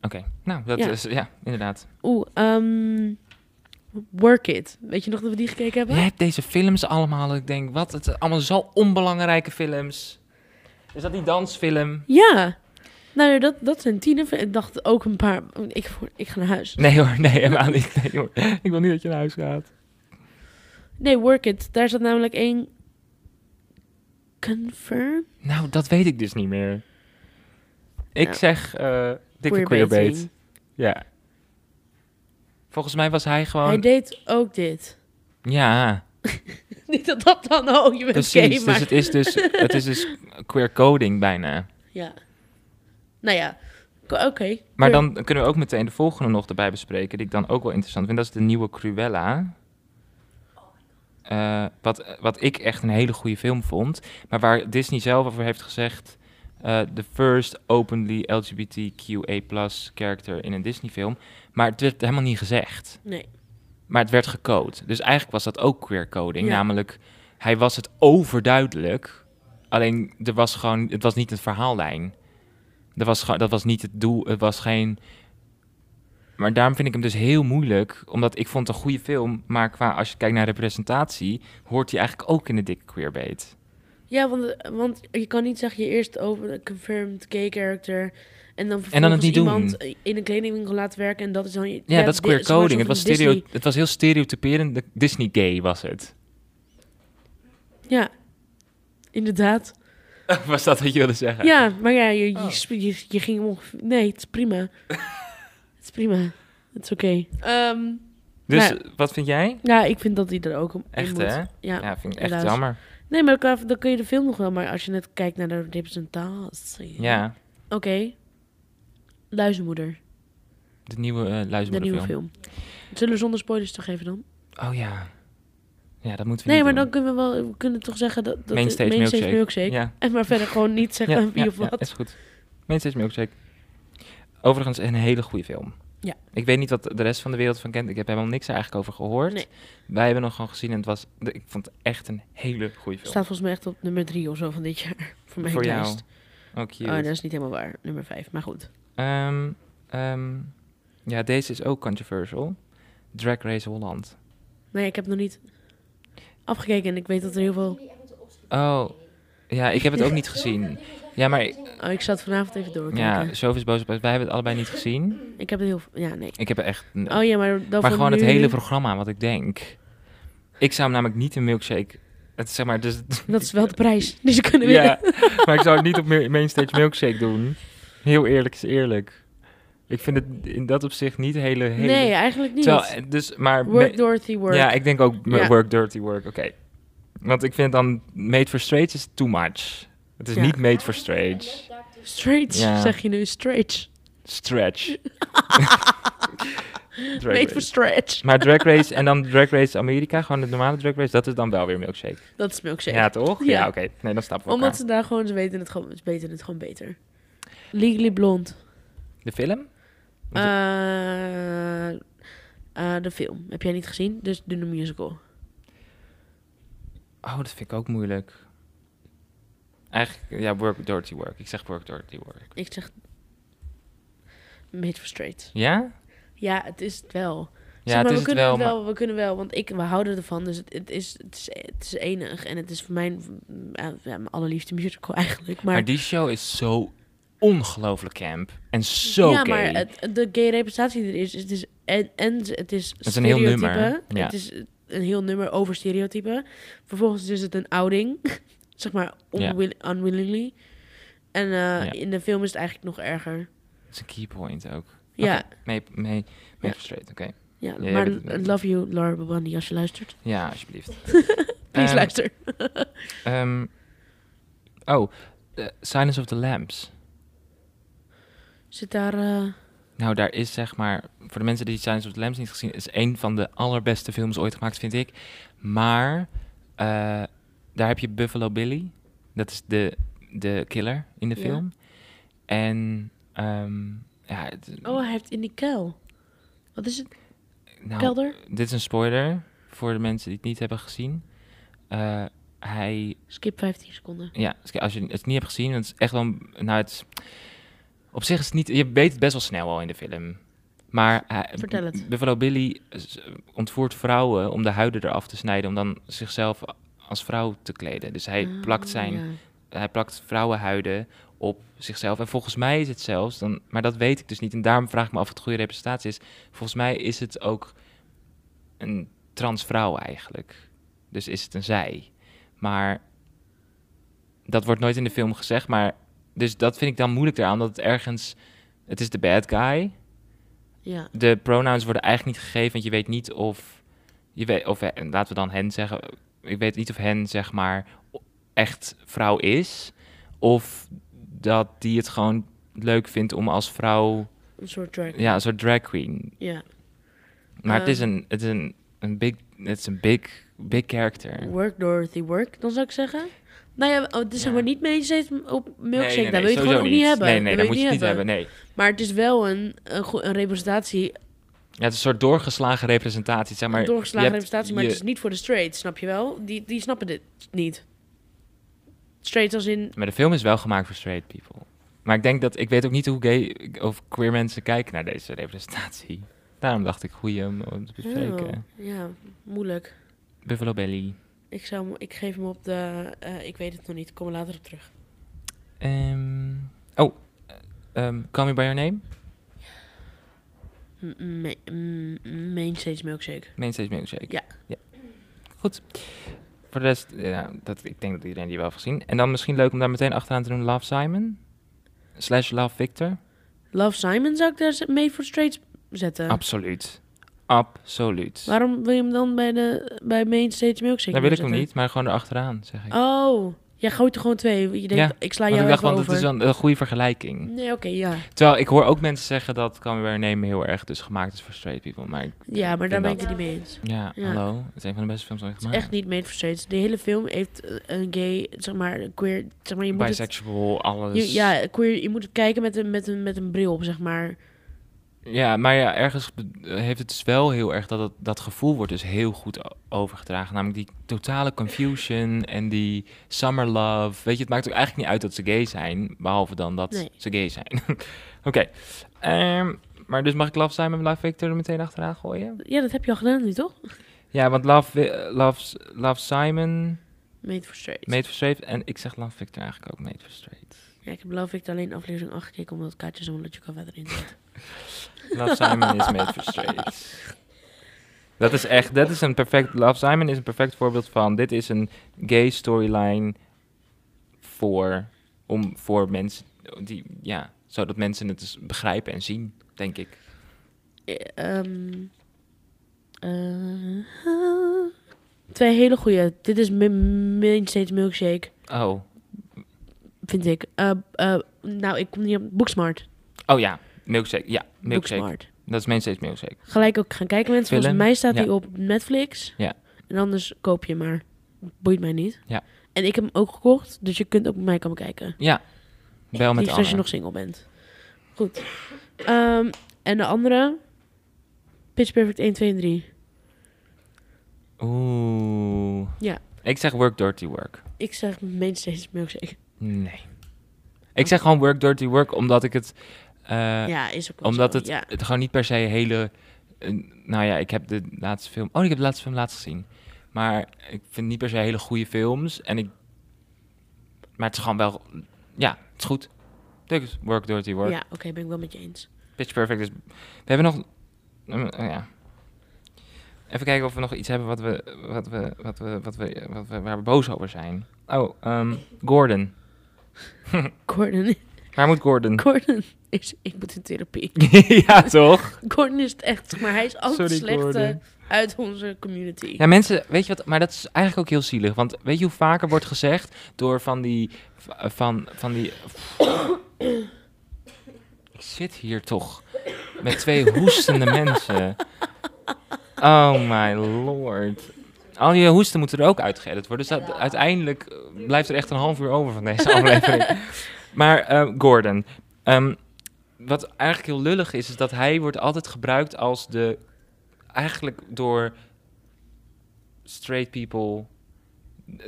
Speaker 1: Oké, nou, dat
Speaker 2: Ja.
Speaker 1: is... Ja, inderdaad.
Speaker 2: Oeh, ehm, Work It. Weet je nog dat we die gekeken
Speaker 1: Je
Speaker 2: hebben?
Speaker 1: hebt deze films allemaal. Ik denk, wat? Het zijn allemaal zo onbelangrijke films. Is dat die dansfilm?
Speaker 2: Ja. Nou, ja, dat, dat zijn tien. en- Ik dacht ook een paar. Ik, ik ga naar huis.
Speaker 1: Nee hoor, nee helemaal niet. Nee, hoor. Ik wil niet dat je naar huis gaat.
Speaker 2: Nee, Work It. Daar zat namelijk één. Confirm?
Speaker 1: Nou, dat weet ik dus niet meer. Ik
Speaker 2: Nou.
Speaker 1: zeg eh dikke
Speaker 2: Queerbaiting.
Speaker 1: queerbait. Ja. Volgens mij was hij gewoon...
Speaker 2: Hij deed ook dit.
Speaker 1: Ja,
Speaker 2: Niet dat dat dan, oh, je bent gay,
Speaker 1: precies.
Speaker 2: maar...
Speaker 1: Dus het is dus, het is dus queer coding bijna.
Speaker 2: Ja. Nou ja, Ko- oké.
Speaker 1: Maar
Speaker 2: Queer-
Speaker 1: dan kunnen we ook meteen de volgende nog erbij bespreken, die ik dan ook wel interessant vind. Dat is de nieuwe Cruella.
Speaker 2: Oh
Speaker 1: Eh, wat, wat ik echt een hele goede film vond. Maar waar Disney zelf over heeft gezegd... eh the first openly LGBTQA character in een Disney film. Maar het werd helemaal niet gezegd.
Speaker 2: Nee,
Speaker 1: Maar het werd gecode. Dus eigenlijk was dat ook queer coding.
Speaker 2: Ja.
Speaker 1: Namelijk, hij was het overduidelijk Alleen er was gewoon, het was niet het verhaallijn. Dat was, gewoon- dat was niet het doel. Het was geen. Maar daarom vind ik hem dus heel moeilijk. Omdat ik vond het een goede film. Maar qua als je kijkt naar representatie, hoort hij eigenlijk ook in de dikke queerbait.
Speaker 2: Ja, want, want je kan niet zeggen je eerst over een confirmed gay character en dan vervolgens
Speaker 1: het niet
Speaker 2: iemand
Speaker 1: doen.
Speaker 2: in een kledingwinkel laten werken en dat is dan...
Speaker 1: Ja, dat is queer coding. Het was, stereo,
Speaker 2: Disney.
Speaker 1: het was heel stereotyperend. De- Disney gay was het.
Speaker 2: Ja, inderdaad.
Speaker 1: was dat wat je wilde zeggen?
Speaker 2: Ja, maar ja, je, je, sp- je, je ging hem ongeveer... Nee, het is prima. het is prima. Het is oké. Ehm,
Speaker 1: Dus
Speaker 2: Nou
Speaker 1: wat vind jij?
Speaker 2: ja, ik vind dat hij er ook om in
Speaker 1: Echt
Speaker 2: moet.
Speaker 1: hè?
Speaker 2: Ja.
Speaker 1: Ja, vind ik echt
Speaker 2: helaas.
Speaker 1: jammer.
Speaker 2: Nee, maar dan kan, dan kun je de film nog wel. Maar als je net kijkt naar de representatie...
Speaker 1: Ja,
Speaker 2: Oké. Luizenmoeder.
Speaker 1: de nieuwe eh
Speaker 2: De nieuwe
Speaker 1: luizenmoederfilm.
Speaker 2: film. Zullen we zonder spoilers toch even dan?
Speaker 1: Oh ja. Ja, dat moeten we
Speaker 2: Nee,
Speaker 1: niet
Speaker 2: maar
Speaker 1: doen.
Speaker 2: dan kunnen we wel we kunnen toch zeggen dat, dat
Speaker 1: Mainstage
Speaker 2: mainstage
Speaker 1: milkshake.
Speaker 2: milkshake.
Speaker 1: Ja.
Speaker 2: En maar verder gewoon niet zeggen wie of wat.
Speaker 1: is goed. Mensen is me ook zeker. Overigens een hele goede film.
Speaker 2: Ja.
Speaker 1: Ik weet niet wat de rest van de wereld van kent. Ik heb helemaal niks er eigenlijk over gehoord.
Speaker 2: Nee.
Speaker 1: Wij hebben hem gewoon gezien en het was... Ik vond het echt een hele goede film.
Speaker 2: Staat volgens mij echt op nummer drie of zo van dit jaar. Voor mijn
Speaker 1: Voor jou.
Speaker 2: lijst.
Speaker 1: Oh, cute.
Speaker 2: Oh, dat is niet helemaal waar. Nummer vijf, maar goed.
Speaker 1: Ehm, ehm, ja, deze is ook controversial. Drag Race Holland.
Speaker 2: Nee, ik heb nog niet afgekeken en ik weet dat er heel veel...
Speaker 1: Oh, ja, ik heb het ook niet gezien. Ja, maar...
Speaker 2: Oh, ik zat vanavond even door. te
Speaker 1: Ja,
Speaker 2: kijken.
Speaker 1: Sophie is boos op ons. Wij hebben het allebei niet gezien.
Speaker 2: Ik heb het heel veel... Ja, nee.
Speaker 1: Ik heb er echt...
Speaker 2: Oh ja, maar dan
Speaker 1: Maar
Speaker 2: voor
Speaker 1: gewoon het
Speaker 2: nu-
Speaker 1: hele programma, wat ik denk. Ik zou hem namelijk niet een milkshake. Het is zeg maar, dus.
Speaker 2: Dat is wel de prijs die ze kunnen winnen.
Speaker 1: ja, maar ik zou het niet op mi- mainstage milkshake doen. Heel eerlijk is eerlijk. Ik vind het in dat opzicht niet hele. hele
Speaker 2: Nee, eigenlijk niet.
Speaker 1: Terwijl, eh, dus, maar.
Speaker 2: Work
Speaker 1: me-
Speaker 2: Dorothy work.
Speaker 1: Ja, ik denk ook me-
Speaker 2: Ja.
Speaker 1: work dirty work. Oké. Want ik vind dan made for straight is too much. Het is
Speaker 2: Ja.
Speaker 1: niet made for straight.
Speaker 2: Straight,
Speaker 1: Ja.
Speaker 2: zeg je nu. Straight.
Speaker 1: Stretch. Drag
Speaker 2: Made
Speaker 1: race.
Speaker 2: for stretch.
Speaker 1: Maar drag race en dan drag race Amerika, gewoon de normale drag race, dat is dan wel weer milkshake.
Speaker 2: Dat is milkshake.
Speaker 1: Ja, toch? Ja,
Speaker 2: Ja.
Speaker 1: oké. Nee, dan stappen we
Speaker 2: Omdat
Speaker 1: elkaar.
Speaker 2: ze daar gewoon, ze weten het gewoon, ze weten het gewoon beter. Legally Blonde.
Speaker 1: De film? Want-
Speaker 2: Eh, eh, de film. Heb jij niet gezien, dus doe de musical.
Speaker 1: Oh, dat vind ik ook moeilijk. Eigenlijk, ja, work dirty work. Ik zeg work dirty work.
Speaker 2: Ik zeg... Made for straight.
Speaker 1: Ja?
Speaker 2: Ja, het is het wel.
Speaker 1: Ja,
Speaker 2: Zeg maar,
Speaker 1: het
Speaker 2: we
Speaker 1: is het
Speaker 2: kunnen
Speaker 1: wel,
Speaker 2: het
Speaker 1: maar...
Speaker 2: wel, we kunnen wel, want ik, we houden ervan, dus het, het, is, het, is, het is enig. En het is voor mij mm, ja, mijn allerliefste musical eigenlijk. Maar,
Speaker 1: Maar die show is zo ongelooflijk camp. En zo
Speaker 2: ja,
Speaker 1: gay.
Speaker 2: maar het, de gay representatie die er is, het is en, en ze- het is,
Speaker 1: is een heel nummer,
Speaker 2: stereotype.
Speaker 1: hè? Ja.
Speaker 2: Het is een heel nummer over stereotypen. Vervolgens is het een outing, zeg maar
Speaker 1: Ja.
Speaker 2: onwill- unwillingly. En eh,
Speaker 1: Ja.
Speaker 2: in de film is het eigenlijk nog erger.
Speaker 1: Dat is een key point ook.
Speaker 2: Ja,
Speaker 1: Mee, mee, mee
Speaker 2: Ja.
Speaker 1: straight, oké.
Speaker 2: ja,
Speaker 1: jij
Speaker 2: maar
Speaker 1: bent het-
Speaker 2: love you, Laura Bundy, als je luistert.
Speaker 1: Ja, alsjeblieft.
Speaker 2: Please
Speaker 1: Ehm,
Speaker 2: luister.
Speaker 1: ehm, oh, eh, Silence of the Lambs.
Speaker 2: Zit daar... eh,
Speaker 1: Nou, daar is zeg maar, voor de mensen die Silence of the Lambs niet gezien, is een van de allerbeste films ooit gemaakt, vind ik. Maar eh, daar heb je Buffalo Billy, dat is de, de killer in de
Speaker 2: Ja.
Speaker 1: film. En ehm, ja, het-
Speaker 2: Oh, hij heeft in die kuil. Wat is het?
Speaker 1: nou,
Speaker 2: Kelder?
Speaker 1: dit is een spoiler voor de mensen die het niet hebben gezien. Eh, hij
Speaker 2: Skip 15 seconden.
Speaker 1: Ja, als je- als je het niet hebt gezien, want het is echt wel. een- Nou, het is- op zich is het niet. Je weet het best wel snel al in de film. Maar hij-
Speaker 2: Vertel het.
Speaker 1: Buffalo Billy is- ontvoert vrouwen om de huiden eraf te snijden. om dan zichzelf als vrouw te kleden. Dus hij
Speaker 2: Ah,
Speaker 1: plakt zijn.
Speaker 2: ja.
Speaker 1: Hij plakt vrouwenhuiden op zichzelf. En volgens mij is het zelfs. Dan, maar dat weet ik dus niet. En daarom vraag ik me af of het goede representatie is. Volgens mij is het ook een transvrouw eigenlijk. Dus is het een zij. Maar dat wordt nooit in de film gezegd. Maar dus dat vind ik dan moeilijk eraan. Dat het ergens. Het is de bad guy.
Speaker 2: Ja.
Speaker 1: De pronouns worden eigenlijk niet gegeven. Want je weet niet of. Je weet, of eh, laten we dan hen zeggen. Ik weet niet of hen, zeg maar. o- echt vrouw is. Of dat die het gewoon leuk vindt om als vrouw.
Speaker 2: Een soort track.
Speaker 1: Ja, een soort drag queen.
Speaker 2: Ja.
Speaker 1: Maar het is
Speaker 2: Ehm.
Speaker 1: een. Het is een, een big. Het is een big. Big character.
Speaker 2: Work Dorothy work, dan zou ik zeggen. Nou ja, oh, het is
Speaker 1: Ja.
Speaker 2: zeg maar niet mee steeds op milkshake.
Speaker 1: Nee, nee,
Speaker 2: dat
Speaker 1: nee,
Speaker 2: wil je het gewoon
Speaker 1: sowieso
Speaker 2: ook niet hebben.
Speaker 1: Nee, nee, dat
Speaker 2: wil
Speaker 1: moet je
Speaker 2: het
Speaker 1: het niet hebben. Nee.
Speaker 2: Maar het is wel een, een, goe- een representatie,
Speaker 1: Ja, het is een soort doorgeslagen representatie, zeg maar.
Speaker 2: een doorgeslagen
Speaker 1: je hebt-
Speaker 2: representatie, maar
Speaker 1: je-
Speaker 2: het is niet voor de straight, snap je wel? Die, die snappen dit niet. Straight als in...
Speaker 1: Maar de film is wel gemaakt voor straight people. Maar ik denk dat ik weet ook niet hoe gay of queer mensen kijken naar deze representatie. Daarom dacht ik goeie om om te bespreken.
Speaker 2: Oh, ja, moeilijk.
Speaker 1: Buffalo Belly.
Speaker 2: Ik, zou, hem- ik geef hem op de... eh, ik weet het nog niet, ik kom er later op terug.
Speaker 1: Ehm, oh, ehm Call Me By Your Name.
Speaker 2: M- me- m- Mainstage milkshake.
Speaker 1: Mainstage Music.
Speaker 2: Ja.
Speaker 1: ja. Goed. Voor de rest, eh, ja, dat, ik denk dat iedereen die wel heeft gezien. En dan misschien leuk om daar meteen achteraan te doen Love Simon. Slash Love Victor.
Speaker 2: Love Simon zou ik daar z- mee voor straight zetten.
Speaker 1: Absoluut. Absoluut.
Speaker 2: Waarom wil je hem dan bij, de, bij Mainstage milkshake
Speaker 1: Daar wil ik hem
Speaker 2: neerzetten?
Speaker 1: niet, maar gewoon erachteraan, zeg ik.
Speaker 2: Oh, jij gooit er gewoon twee. Je denkt,
Speaker 1: Ja,
Speaker 2: ik sla
Speaker 1: Want
Speaker 2: jou
Speaker 1: ik dacht,
Speaker 2: even
Speaker 1: want
Speaker 2: over.
Speaker 1: het is wel een, een goede vergelijking.
Speaker 2: Nee, oké, ja.
Speaker 1: Terwijl ik hoor ook mensen zeggen dat Come By Your Name heel erg dus gemaakt is voor straight people. Maar ik-
Speaker 2: Ja, maar
Speaker 1: Ik
Speaker 2: daar ben
Speaker 1: vind
Speaker 2: ik het niet mee eens.
Speaker 1: ja,
Speaker 2: Ja.
Speaker 1: hallo. Het is een van de beste films ooit
Speaker 2: Het is
Speaker 1: gemaakt.
Speaker 2: echt niet made for straights. De hele film heeft eh, een gay, zeg maar, een queer, zeg maar, je moet het,
Speaker 1: Bisexual, alles.
Speaker 2: je, ja, queer, je moet het kijken met een, met een, met een bril op, zeg maar.
Speaker 1: Ja, maar ja, ergens be- heeft het dus wel heel erg dat het, dat gevoel wordt dus heel goed o- overgedragen. Namelijk die totale confusion en die summer love. Weet je, het maakt ook eigenlijk niet uit dat ze gay zijn, behalve dan dat
Speaker 2: Nee.
Speaker 1: ze gay zijn. Oké, ehm, maar dus mag ik Love Simon Love Victor er meteen achteraan gooien?
Speaker 2: Ja, dat heb je al gedaan nu, toch?
Speaker 1: Ja, want Love, Wi- eh, Love, S- Love Simon,
Speaker 2: Made for straights.
Speaker 1: Made for Straight. En ik zeg Love Victor eigenlijk ook Made for Straight.
Speaker 2: Ja, ik heb Love Victor alleen aflevering 8 gekeken, omdat Kaatje zo'n lotje kan verder in zat.
Speaker 1: Love Simon is Made for Straight. Dat is echt, dat is een perfect, Love Simon is een perfect voorbeeld van, dit is een gay storyline voor, om, voor mensen, die, ja, zodat mensen het dus begrijpen en zien, denk ik.
Speaker 2: Eh, ehm, eh, twee hele goede. Dit is mijn mainstage milkshake,
Speaker 1: Oh,
Speaker 2: vind ik. Eh, eh, nou, ik kom niet op Booksmart.
Speaker 1: oh ja, Milkshake, ja, Milkshake.
Speaker 2: Booksmart.
Speaker 1: Dat is mijn steeds Milkshake.
Speaker 2: Gelijk ook gaan kijken mensen.
Speaker 1: Film,
Speaker 2: Volgens mij staat
Speaker 1: ja.
Speaker 2: hij op Netflix.
Speaker 1: Ja.
Speaker 2: En anders koop je hem maar. Boeit mij niet.
Speaker 1: Ja.
Speaker 2: En ik heb hem ook gekocht, dus je kunt ook met mij komen kijken.
Speaker 1: Ja, bel met
Speaker 2: Liefst als je
Speaker 1: Anne.
Speaker 2: nog single bent. Goed. Ehm, en de andere? Pitch Perfect 1, 2 en 3.
Speaker 1: Oeh.
Speaker 2: Ja.
Speaker 1: Ik zeg work dirty work.
Speaker 2: Ik zeg Mainstage Milkshake.
Speaker 1: Nee. Ik zeg gewoon work dirty work omdat ik het... eh,
Speaker 2: ja, is ook wel
Speaker 1: omdat
Speaker 2: zo,
Speaker 1: het,
Speaker 2: Ja.
Speaker 1: het gewoon niet per se hele... eh, nou ja, ik heb de laatste film... Oh, ik heb de laatste film laatst gezien. Maar ik vind niet per se hele goede films. En ik... Maar het is gewoon wel... Ja, het is goed. Dus work dirty work.
Speaker 2: Ja, oké, ben ik wel met je eens.
Speaker 1: Pitch Perfect is... We hebben nog... eh, eh, ja. Even kijken of we nog iets hebben wat we, wat we, wat we, wat we, wat we, waar we boos over zijn. Oh, ehm, Gordon.
Speaker 2: Gordon,
Speaker 1: Waar moet Gordon?
Speaker 2: Gordon is... Ik moet in therapie.
Speaker 1: ja, toch?
Speaker 2: Gordon is het echt, zeg maar hij is altijd
Speaker 1: Sorry,
Speaker 2: slechte
Speaker 1: Gordon.
Speaker 2: uit onze community.
Speaker 1: Ja, mensen, weet je wat? Maar dat is eigenlijk ook heel zielig. Want weet je hoe vaker wordt gezegd door van die... v- Van, van die... Ik zit hier toch met twee hoestende mensen. Oh my lord. Al je hoesten moeten er ook uitgeëdit worden. Dus dat, uiteindelijk eh, blijft er echt een half uur over van deze aflevering. maar eh, Gordon. ehm, wat eigenlijk heel lullig is, is dat hij wordt altijd gebruikt als de... Eigenlijk door straight people...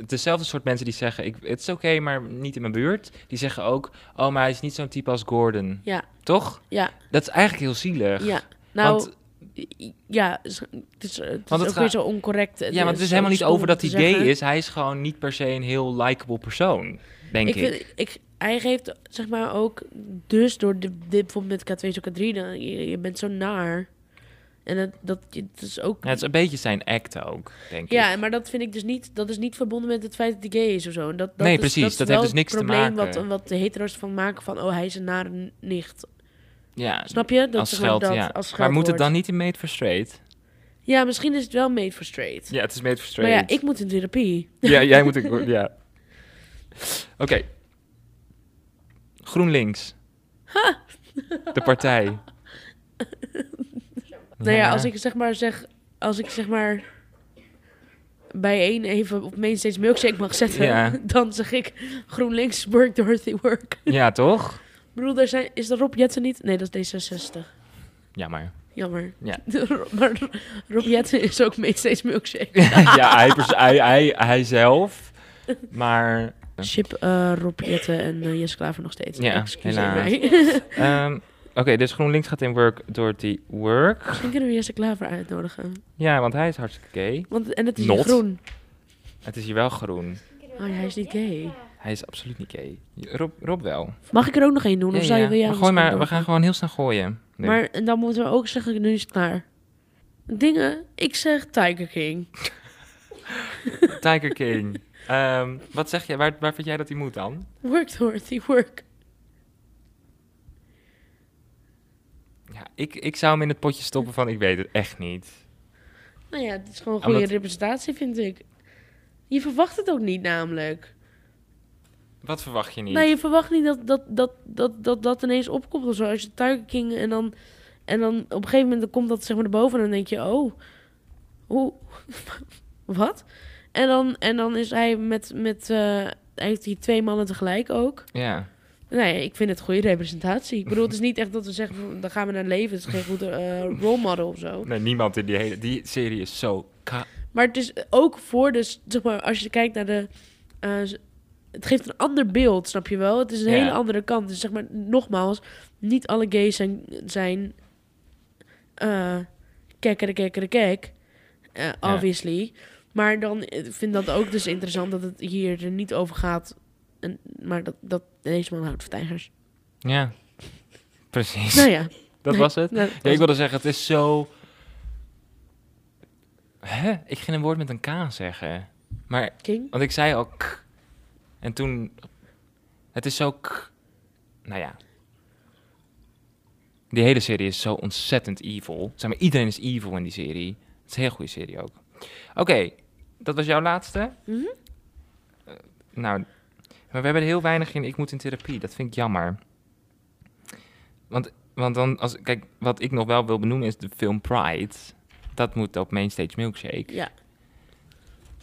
Speaker 1: Hetzelfde soort mensen die zeggen, ik, het is oké, maar niet in mijn buurt. Die zeggen ook, oh, maar hij is niet zo'n type als Gordon.
Speaker 2: Ja,
Speaker 1: Toch?
Speaker 2: ja,
Speaker 1: Dat is eigenlijk heel zielig.
Speaker 2: ja. Nou,
Speaker 1: want,
Speaker 2: ja, het is, het is, het
Speaker 1: Want
Speaker 2: is
Speaker 1: het
Speaker 2: ook weer
Speaker 1: gaat-
Speaker 2: zo oncorrect.
Speaker 1: ja, want het is
Speaker 2: zo
Speaker 1: helemaal niet
Speaker 2: stom
Speaker 1: over
Speaker 2: om
Speaker 1: dat
Speaker 2: te
Speaker 1: hij gay
Speaker 2: zeggen.
Speaker 1: is. Hij is gewoon niet per se een heel likable persoon, denk ik.
Speaker 2: Ik vind, ik, hij geeft, zeg maar, ook dus door de, dit bijvoorbeeld met K2 en K3, dan, je, je bent zo naar. En dat, dat het is ook...
Speaker 1: Ja, het is een beetje zijn act ook, denk ik.
Speaker 2: Ja, maar dat vind ik dus niet. Dat is niet verbonden met het feit dat hij gay is of zo. En Dat, dat
Speaker 1: Nee,
Speaker 2: is,
Speaker 1: precies,
Speaker 2: is
Speaker 1: dat
Speaker 2: wel
Speaker 1: heeft dus niks te
Speaker 2: het probleem
Speaker 1: maken.
Speaker 2: Wat, wat de hetero's van maken van, oh, hij is een nare nicht.
Speaker 1: Ja,
Speaker 2: Snap je? Dat
Speaker 1: als
Speaker 2: zeg maar
Speaker 1: geld,
Speaker 2: dat
Speaker 1: ja.
Speaker 2: als
Speaker 1: maar
Speaker 2: scheldwoord.
Speaker 1: moet het dan niet in Made for Straight?
Speaker 2: Ja, misschien is het wel made for straight.
Speaker 1: Ja, het is Made for
Speaker 2: maar
Speaker 1: Straight.
Speaker 2: Nou ja, ik moet in therapie.
Speaker 1: Ja, jij moet... ook- Ja. Oké. GroenLinks. De partij.
Speaker 2: Nou ja, als ik zeg maar zeg... Als ik zeg maar... Bij één even op mainstage milkshake mag zetten...
Speaker 1: Ja.
Speaker 2: dan zeg ik GroenLinks work Dorothy work.
Speaker 1: Ja, toch?
Speaker 2: Ik bedoel, daar zijn, is dat Rob Jetten niet? Nee, dat is D66.
Speaker 1: Jammer.
Speaker 2: Jammer.
Speaker 1: Ja.
Speaker 2: Rob- maar Rob Jetten is ook mainstage milkshake.
Speaker 1: ja, hij, pers- hij, hij, hij zelf. Maar Dank.
Speaker 2: Ship eh Rob Jetten en eh, Jesse Klaver nog steeds.
Speaker 1: Ja,
Speaker 2: Excuseer
Speaker 1: helaas.
Speaker 2: mij.
Speaker 1: Ehm, Oké, dus GroenLinks gaat in work Dorothy Work.
Speaker 2: Misschien kunnen we Jesse Klaver uitnodigen.
Speaker 1: Ja, want hij is hartstikke gay.
Speaker 2: Want, en het is
Speaker 1: Not.
Speaker 2: hier groen.
Speaker 1: Het is hier wel groen.
Speaker 2: Oh, hij is niet gay.
Speaker 1: Hij is absoluut niet gay. Rob, Rob wel.
Speaker 2: Mag ik er ook nog één doen?
Speaker 1: Ja,
Speaker 2: Of zou je
Speaker 1: ja.
Speaker 2: wil jij
Speaker 1: maar
Speaker 2: ons
Speaker 1: gooi
Speaker 2: nog
Speaker 1: maar, we
Speaker 2: doen?
Speaker 1: gaan gewoon heel snel gooien. Nee.
Speaker 2: Maar en dan moeten we ook zeggen, nu is het klaar. Dingen, ik zeg Tiger King.
Speaker 1: Tiger King. Ehm, wat zeg jij? Waar, waar vind jij dat hij moet dan?
Speaker 2: Work, Dorothy, work.
Speaker 1: Ja, ik, ik zou hem in het potje stoppen van ik weet het echt niet.
Speaker 2: Nou ja, het is gewoon een goede
Speaker 1: Omdat-
Speaker 2: representatie, vind ik. Je verwacht het ook niet, namelijk.
Speaker 1: Wat verwacht je niet?
Speaker 2: Nee, je verwacht niet dat dat, dat, dat, dat, dat ineens opkomt of zo. Als je Tiger King en dan, en dan op een gegeven moment dan komt dat zeg maar erboven en dan denk je, oh, hoe, wat? En dan, en dan is hij met, met eh, hij heeft die twee mannen tegelijk ook.
Speaker 1: Ja.
Speaker 2: Nee, ik vind het goede representatie. Ik bedoel, het is niet echt dat we zeggen, van, dan gaan we naar leven. Het is geen goede eh role model of zo.
Speaker 1: Nee, niemand in die hele... Die serie is zo... Ka-
Speaker 2: Maar het is ook voor, dus zeg maar, als je kijkt naar de. eh, z- het geeft een ander beeld, snap je wel? Het is een
Speaker 1: Ja.
Speaker 2: hele andere kant. Dus zeg maar, nogmaals, niet alle gays zijn. zijn eh kekkere, kekkere, kek. Eh,
Speaker 1: Ja.
Speaker 2: obviously. Maar dan eh, vind ik dat ook dus interessant dat het hier er niet over gaat. En, maar dat, dat deze man houdt van tijgers.
Speaker 1: Ja. Precies.
Speaker 2: Nou ja.
Speaker 1: Dat was het.
Speaker 2: Nou, dat
Speaker 1: Ja, ik
Speaker 2: was-
Speaker 1: wilde zeggen, het is zo... Hè? Ik ging een woord met een K zeggen. Maar,
Speaker 2: King?
Speaker 1: want ik zei al k. En toen... Het is zo k. Nou ja. Die hele serie is zo ontzettend evil. Zeg maar, iedereen is evil in die serie. Het is een heel goede serie ook. Oké, dat was jouw laatste.
Speaker 2: Mhm.
Speaker 1: Eh, nou, maar we hebben er heel weinig in. Ik moet in therapie. Dat vind ik jammer. Want, want dan, als, kijk, wat ik nog wel wil benoemen is de film Pride. Dat moet op Mainstage Milkshake.
Speaker 2: Ja.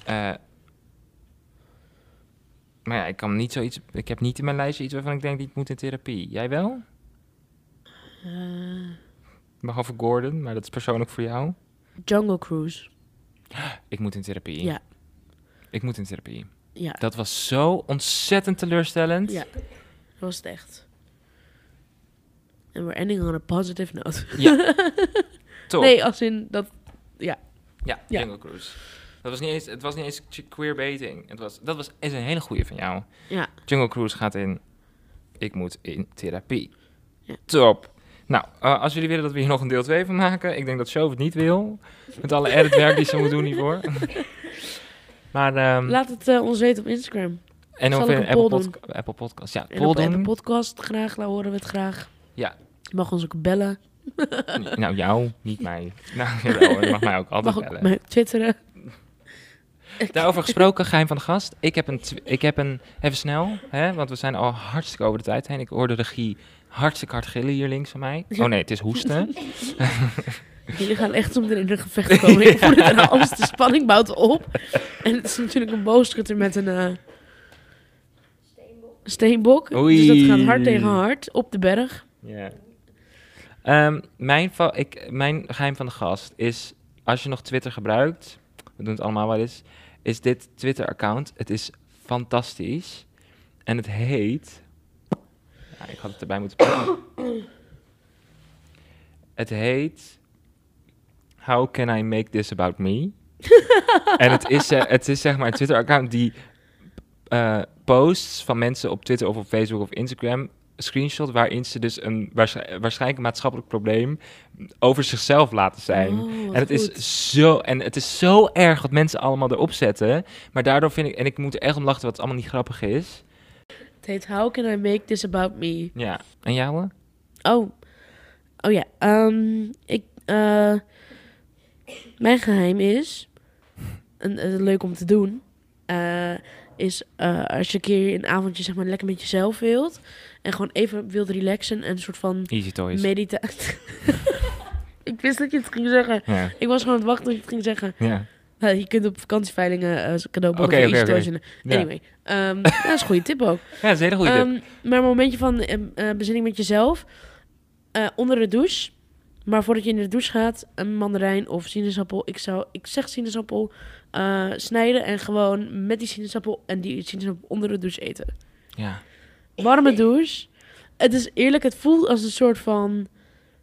Speaker 1: Eh, maar ja, ik kan niet zoiets. Ik heb niet in mijn lijstje iets waarvan ik denk die moet in therapie. Jij wel?
Speaker 2: Eh,
Speaker 1: Behalve Gordon, maar dat is persoonlijk voor jou.
Speaker 2: Jungle Cruise.
Speaker 1: Ik moet in therapie.
Speaker 2: Ja.
Speaker 1: Ik moet in therapie.
Speaker 2: Ja,
Speaker 1: Dat was zo ontzettend teleurstellend.
Speaker 2: Ja. dat was het echt. En we're ending on a positive note.
Speaker 1: Ja. Toch?
Speaker 2: Nee, als in dat.
Speaker 1: Ja,
Speaker 2: Ja.
Speaker 1: Jungle Cruise. Dat was niet eens, het was niet eens ch- queerbaiting. Het was, dat was, is een hele goeie van jou.
Speaker 2: Ja.
Speaker 1: Jungle Cruise gaat in... Ik moet in therapie.
Speaker 2: Ja.
Speaker 1: Top. Nou, eh, als jullie willen dat we hier nog een deel 2 van maken... Ik denk dat Shove het niet wil. Met alle editwerk die ze moet doen hiervoor. maar... ehm,
Speaker 2: Laat het eh, ons weten op Instagram.
Speaker 1: en
Speaker 2: zal
Speaker 1: of
Speaker 2: ik
Speaker 1: in
Speaker 2: een
Speaker 1: Apple,
Speaker 2: poll doen?
Speaker 1: Podca- Apple Podcast. Ja,
Speaker 2: En op
Speaker 1: poll
Speaker 2: de
Speaker 1: doen.
Speaker 2: podcast graag, daar horen we het graag.
Speaker 1: Ja.
Speaker 2: Je mag ons ook bellen.
Speaker 1: nou, jou, niet mij. Nou, jawel, je mag mij ook altijd
Speaker 2: mag ook
Speaker 1: bellen.
Speaker 2: mij twitteren.
Speaker 1: Daarover gesproken, geheim van de gast. Ik heb een, tw- ik heb een even snel, hè, want we zijn al hartstikke over de tijd heen. Ik hoor de regie hartstikke hard gillen hier links van mij. Oh nee, het is hoesten.
Speaker 2: Jullie gaan echt om in een gevecht komen. Ik voel het en alles. De spanning bouwt op. En het is natuurlijk een boogschutter met een... eh, Steenbok.
Speaker 1: Oei.
Speaker 2: Dus dat gaat hard tegen hard op de berg.
Speaker 1: Ja. Ehm, mijn, fa- ik, mijn geheim van de gast is, als je nog Twitter gebruikt, we doen het allemaal wel eens, is dit Twitter-account. Het is fantastisch. En het heet... Ja, ik had het erbij moeten pakken. het heet... How can I make this about me? en het is, eh, het is zeg maar een Twitter-account die eh, posts van mensen op Twitter of op Facebook of Instagram screenshot waarin ze dus een waarsch- waarschijnlijk een maatschappelijk probleem over zichzelf laten zijn.
Speaker 2: Oh, wat
Speaker 1: En het,
Speaker 2: goed.
Speaker 1: is zo, en het is zo erg wat mensen allemaal erop zetten. Maar daardoor vind ik... En ik moet er echt om lachen wat het allemaal niet grappig is.
Speaker 2: Het heet How Can I Make This About Me?
Speaker 1: Ja. En jouwe?
Speaker 2: Oh. Oh ja. ehm, ik, eh, mijn geheim is... En, eh, leuk om te doen. eh, is eh, als je een keer een avondje zeg maar lekker met jezelf wilt. En gewoon even wilt relaxen. En een soort van
Speaker 1: Easy Toys.
Speaker 2: meditatie. ik wist dat je het ging zeggen.
Speaker 1: ja.
Speaker 2: Ik was gewoon aan het wachten dat je het ging zeggen.
Speaker 1: Ja.
Speaker 2: Nou, je kunt op vakantieveilingen eh cadeaubonnen
Speaker 1: Oké,
Speaker 2: voor
Speaker 1: oké,
Speaker 2: iets
Speaker 1: oké.
Speaker 2: dozen.
Speaker 1: Ja.
Speaker 2: Anyway. ehm, dat is een goede tip ook.
Speaker 1: ja, dat is een hele goede tip.
Speaker 2: Ehm, maar een momentje van eh, eh, bezinning met jezelf. eh, onder de douche. Maar voordat je in de douche gaat, een mandarijn of sinaasappel. Ik, zou, ik zeg sinaasappel eh, snijden en gewoon met die sinaasappel en die sinaasappel onder de douche eten.
Speaker 1: Ja.
Speaker 2: Warme douche. Het is eerlijk, het voelt als een soort van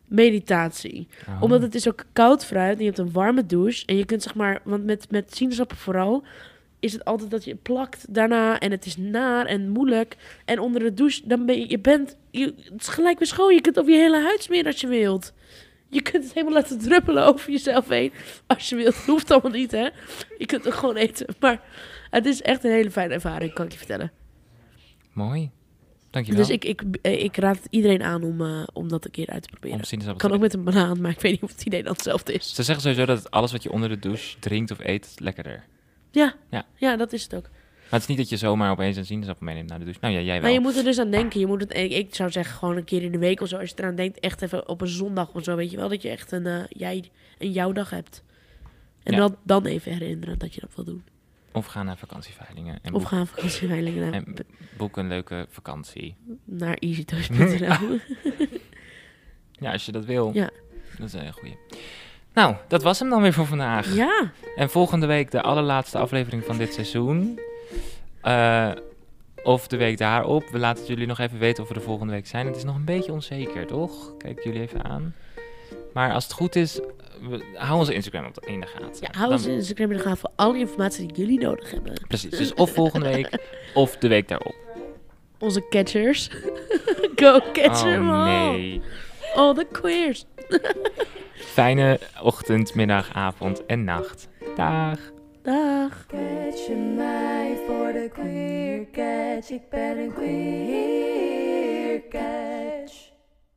Speaker 2: meditatie.
Speaker 1: Oh.
Speaker 2: Omdat het is ook koud fruit en je hebt een warme douche. En je kunt zeg maar, want met, met sinaasappel vooral, is het altijd dat je plakt daarna. En het is naar en moeilijk. En onder de douche, dan ben je, je bent, je, het is gelijk weer schoon. Je kunt over je hele huid smeren als je wilt. Je kunt het helemaal laten druppelen over jezelf heen. Als je wilt, hoeft allemaal niet hè. Je kunt het gewoon eten. Maar het is echt een hele fijne ervaring, kan ik je vertellen.
Speaker 1: Mooi. Dankjewel.
Speaker 2: Dus ik, ik, eh, ik raad het iedereen aan om, eh, om dat een keer uit te
Speaker 1: Om
Speaker 2: proberen.
Speaker 1: sinaasappel
Speaker 2: Kan
Speaker 1: te
Speaker 2: ook met een banaan, maar ik weet niet of het idee dan hetzelfde is.
Speaker 1: Ze zeggen sowieso dat alles wat je onder de douche drinkt of eet, lekkerder.
Speaker 2: Ja.
Speaker 1: Ja.
Speaker 2: ja, dat is het ook.
Speaker 1: Maar het is niet dat je zomaar opeens een sinaasappel meeneemt naar de douche. Nou ja, jij wel.
Speaker 2: Maar je moet er dus aan denken. Je moet het, ik, ik zou zeggen, gewoon een keer in de week of zo. Als je eraan denkt, echt even op een zondag of zo. Weet je wel, dat je echt een, eh, jij, een jouw dag hebt. En
Speaker 1: Ja.
Speaker 2: dan, dan even herinneren dat je dat wil doen.
Speaker 1: Of ga naar vakantieveilingen. En
Speaker 2: Of
Speaker 1: boek,
Speaker 2: ga aan vakantieveilingen naar,
Speaker 1: en boek een leuke vakantie.
Speaker 2: naar easytoys.nl.
Speaker 1: Ja, als je dat wil.
Speaker 2: Ja.
Speaker 1: Dat is een goeie. Nou, dat was hem dan weer voor vandaag.
Speaker 2: ja,
Speaker 1: En volgende week de allerlaatste aflevering van dit seizoen. Eh, of de week daarop. We laten het jullie nog even weten of we er volgende week zijn. Het is nog een beetje onzeker, toch? Kijk jullie even aan. Maar als het goed is, we, hou onze Instagram op de, in de gaten.
Speaker 2: ja, hou
Speaker 1: Dan-
Speaker 2: ons Instagram in de gaten voor alle informatie die jullie nodig hebben.
Speaker 1: Precies, dus of volgende week of de week daarop.
Speaker 2: Onze catchers. Go
Speaker 1: oh
Speaker 2: catch them all.
Speaker 1: nee.
Speaker 2: All the queers.
Speaker 1: Fijne ochtend, middag, avond en nacht. Dag.
Speaker 2: Dag.
Speaker 3: Catch je mij voor de queer catch. Ik ben een queer catch.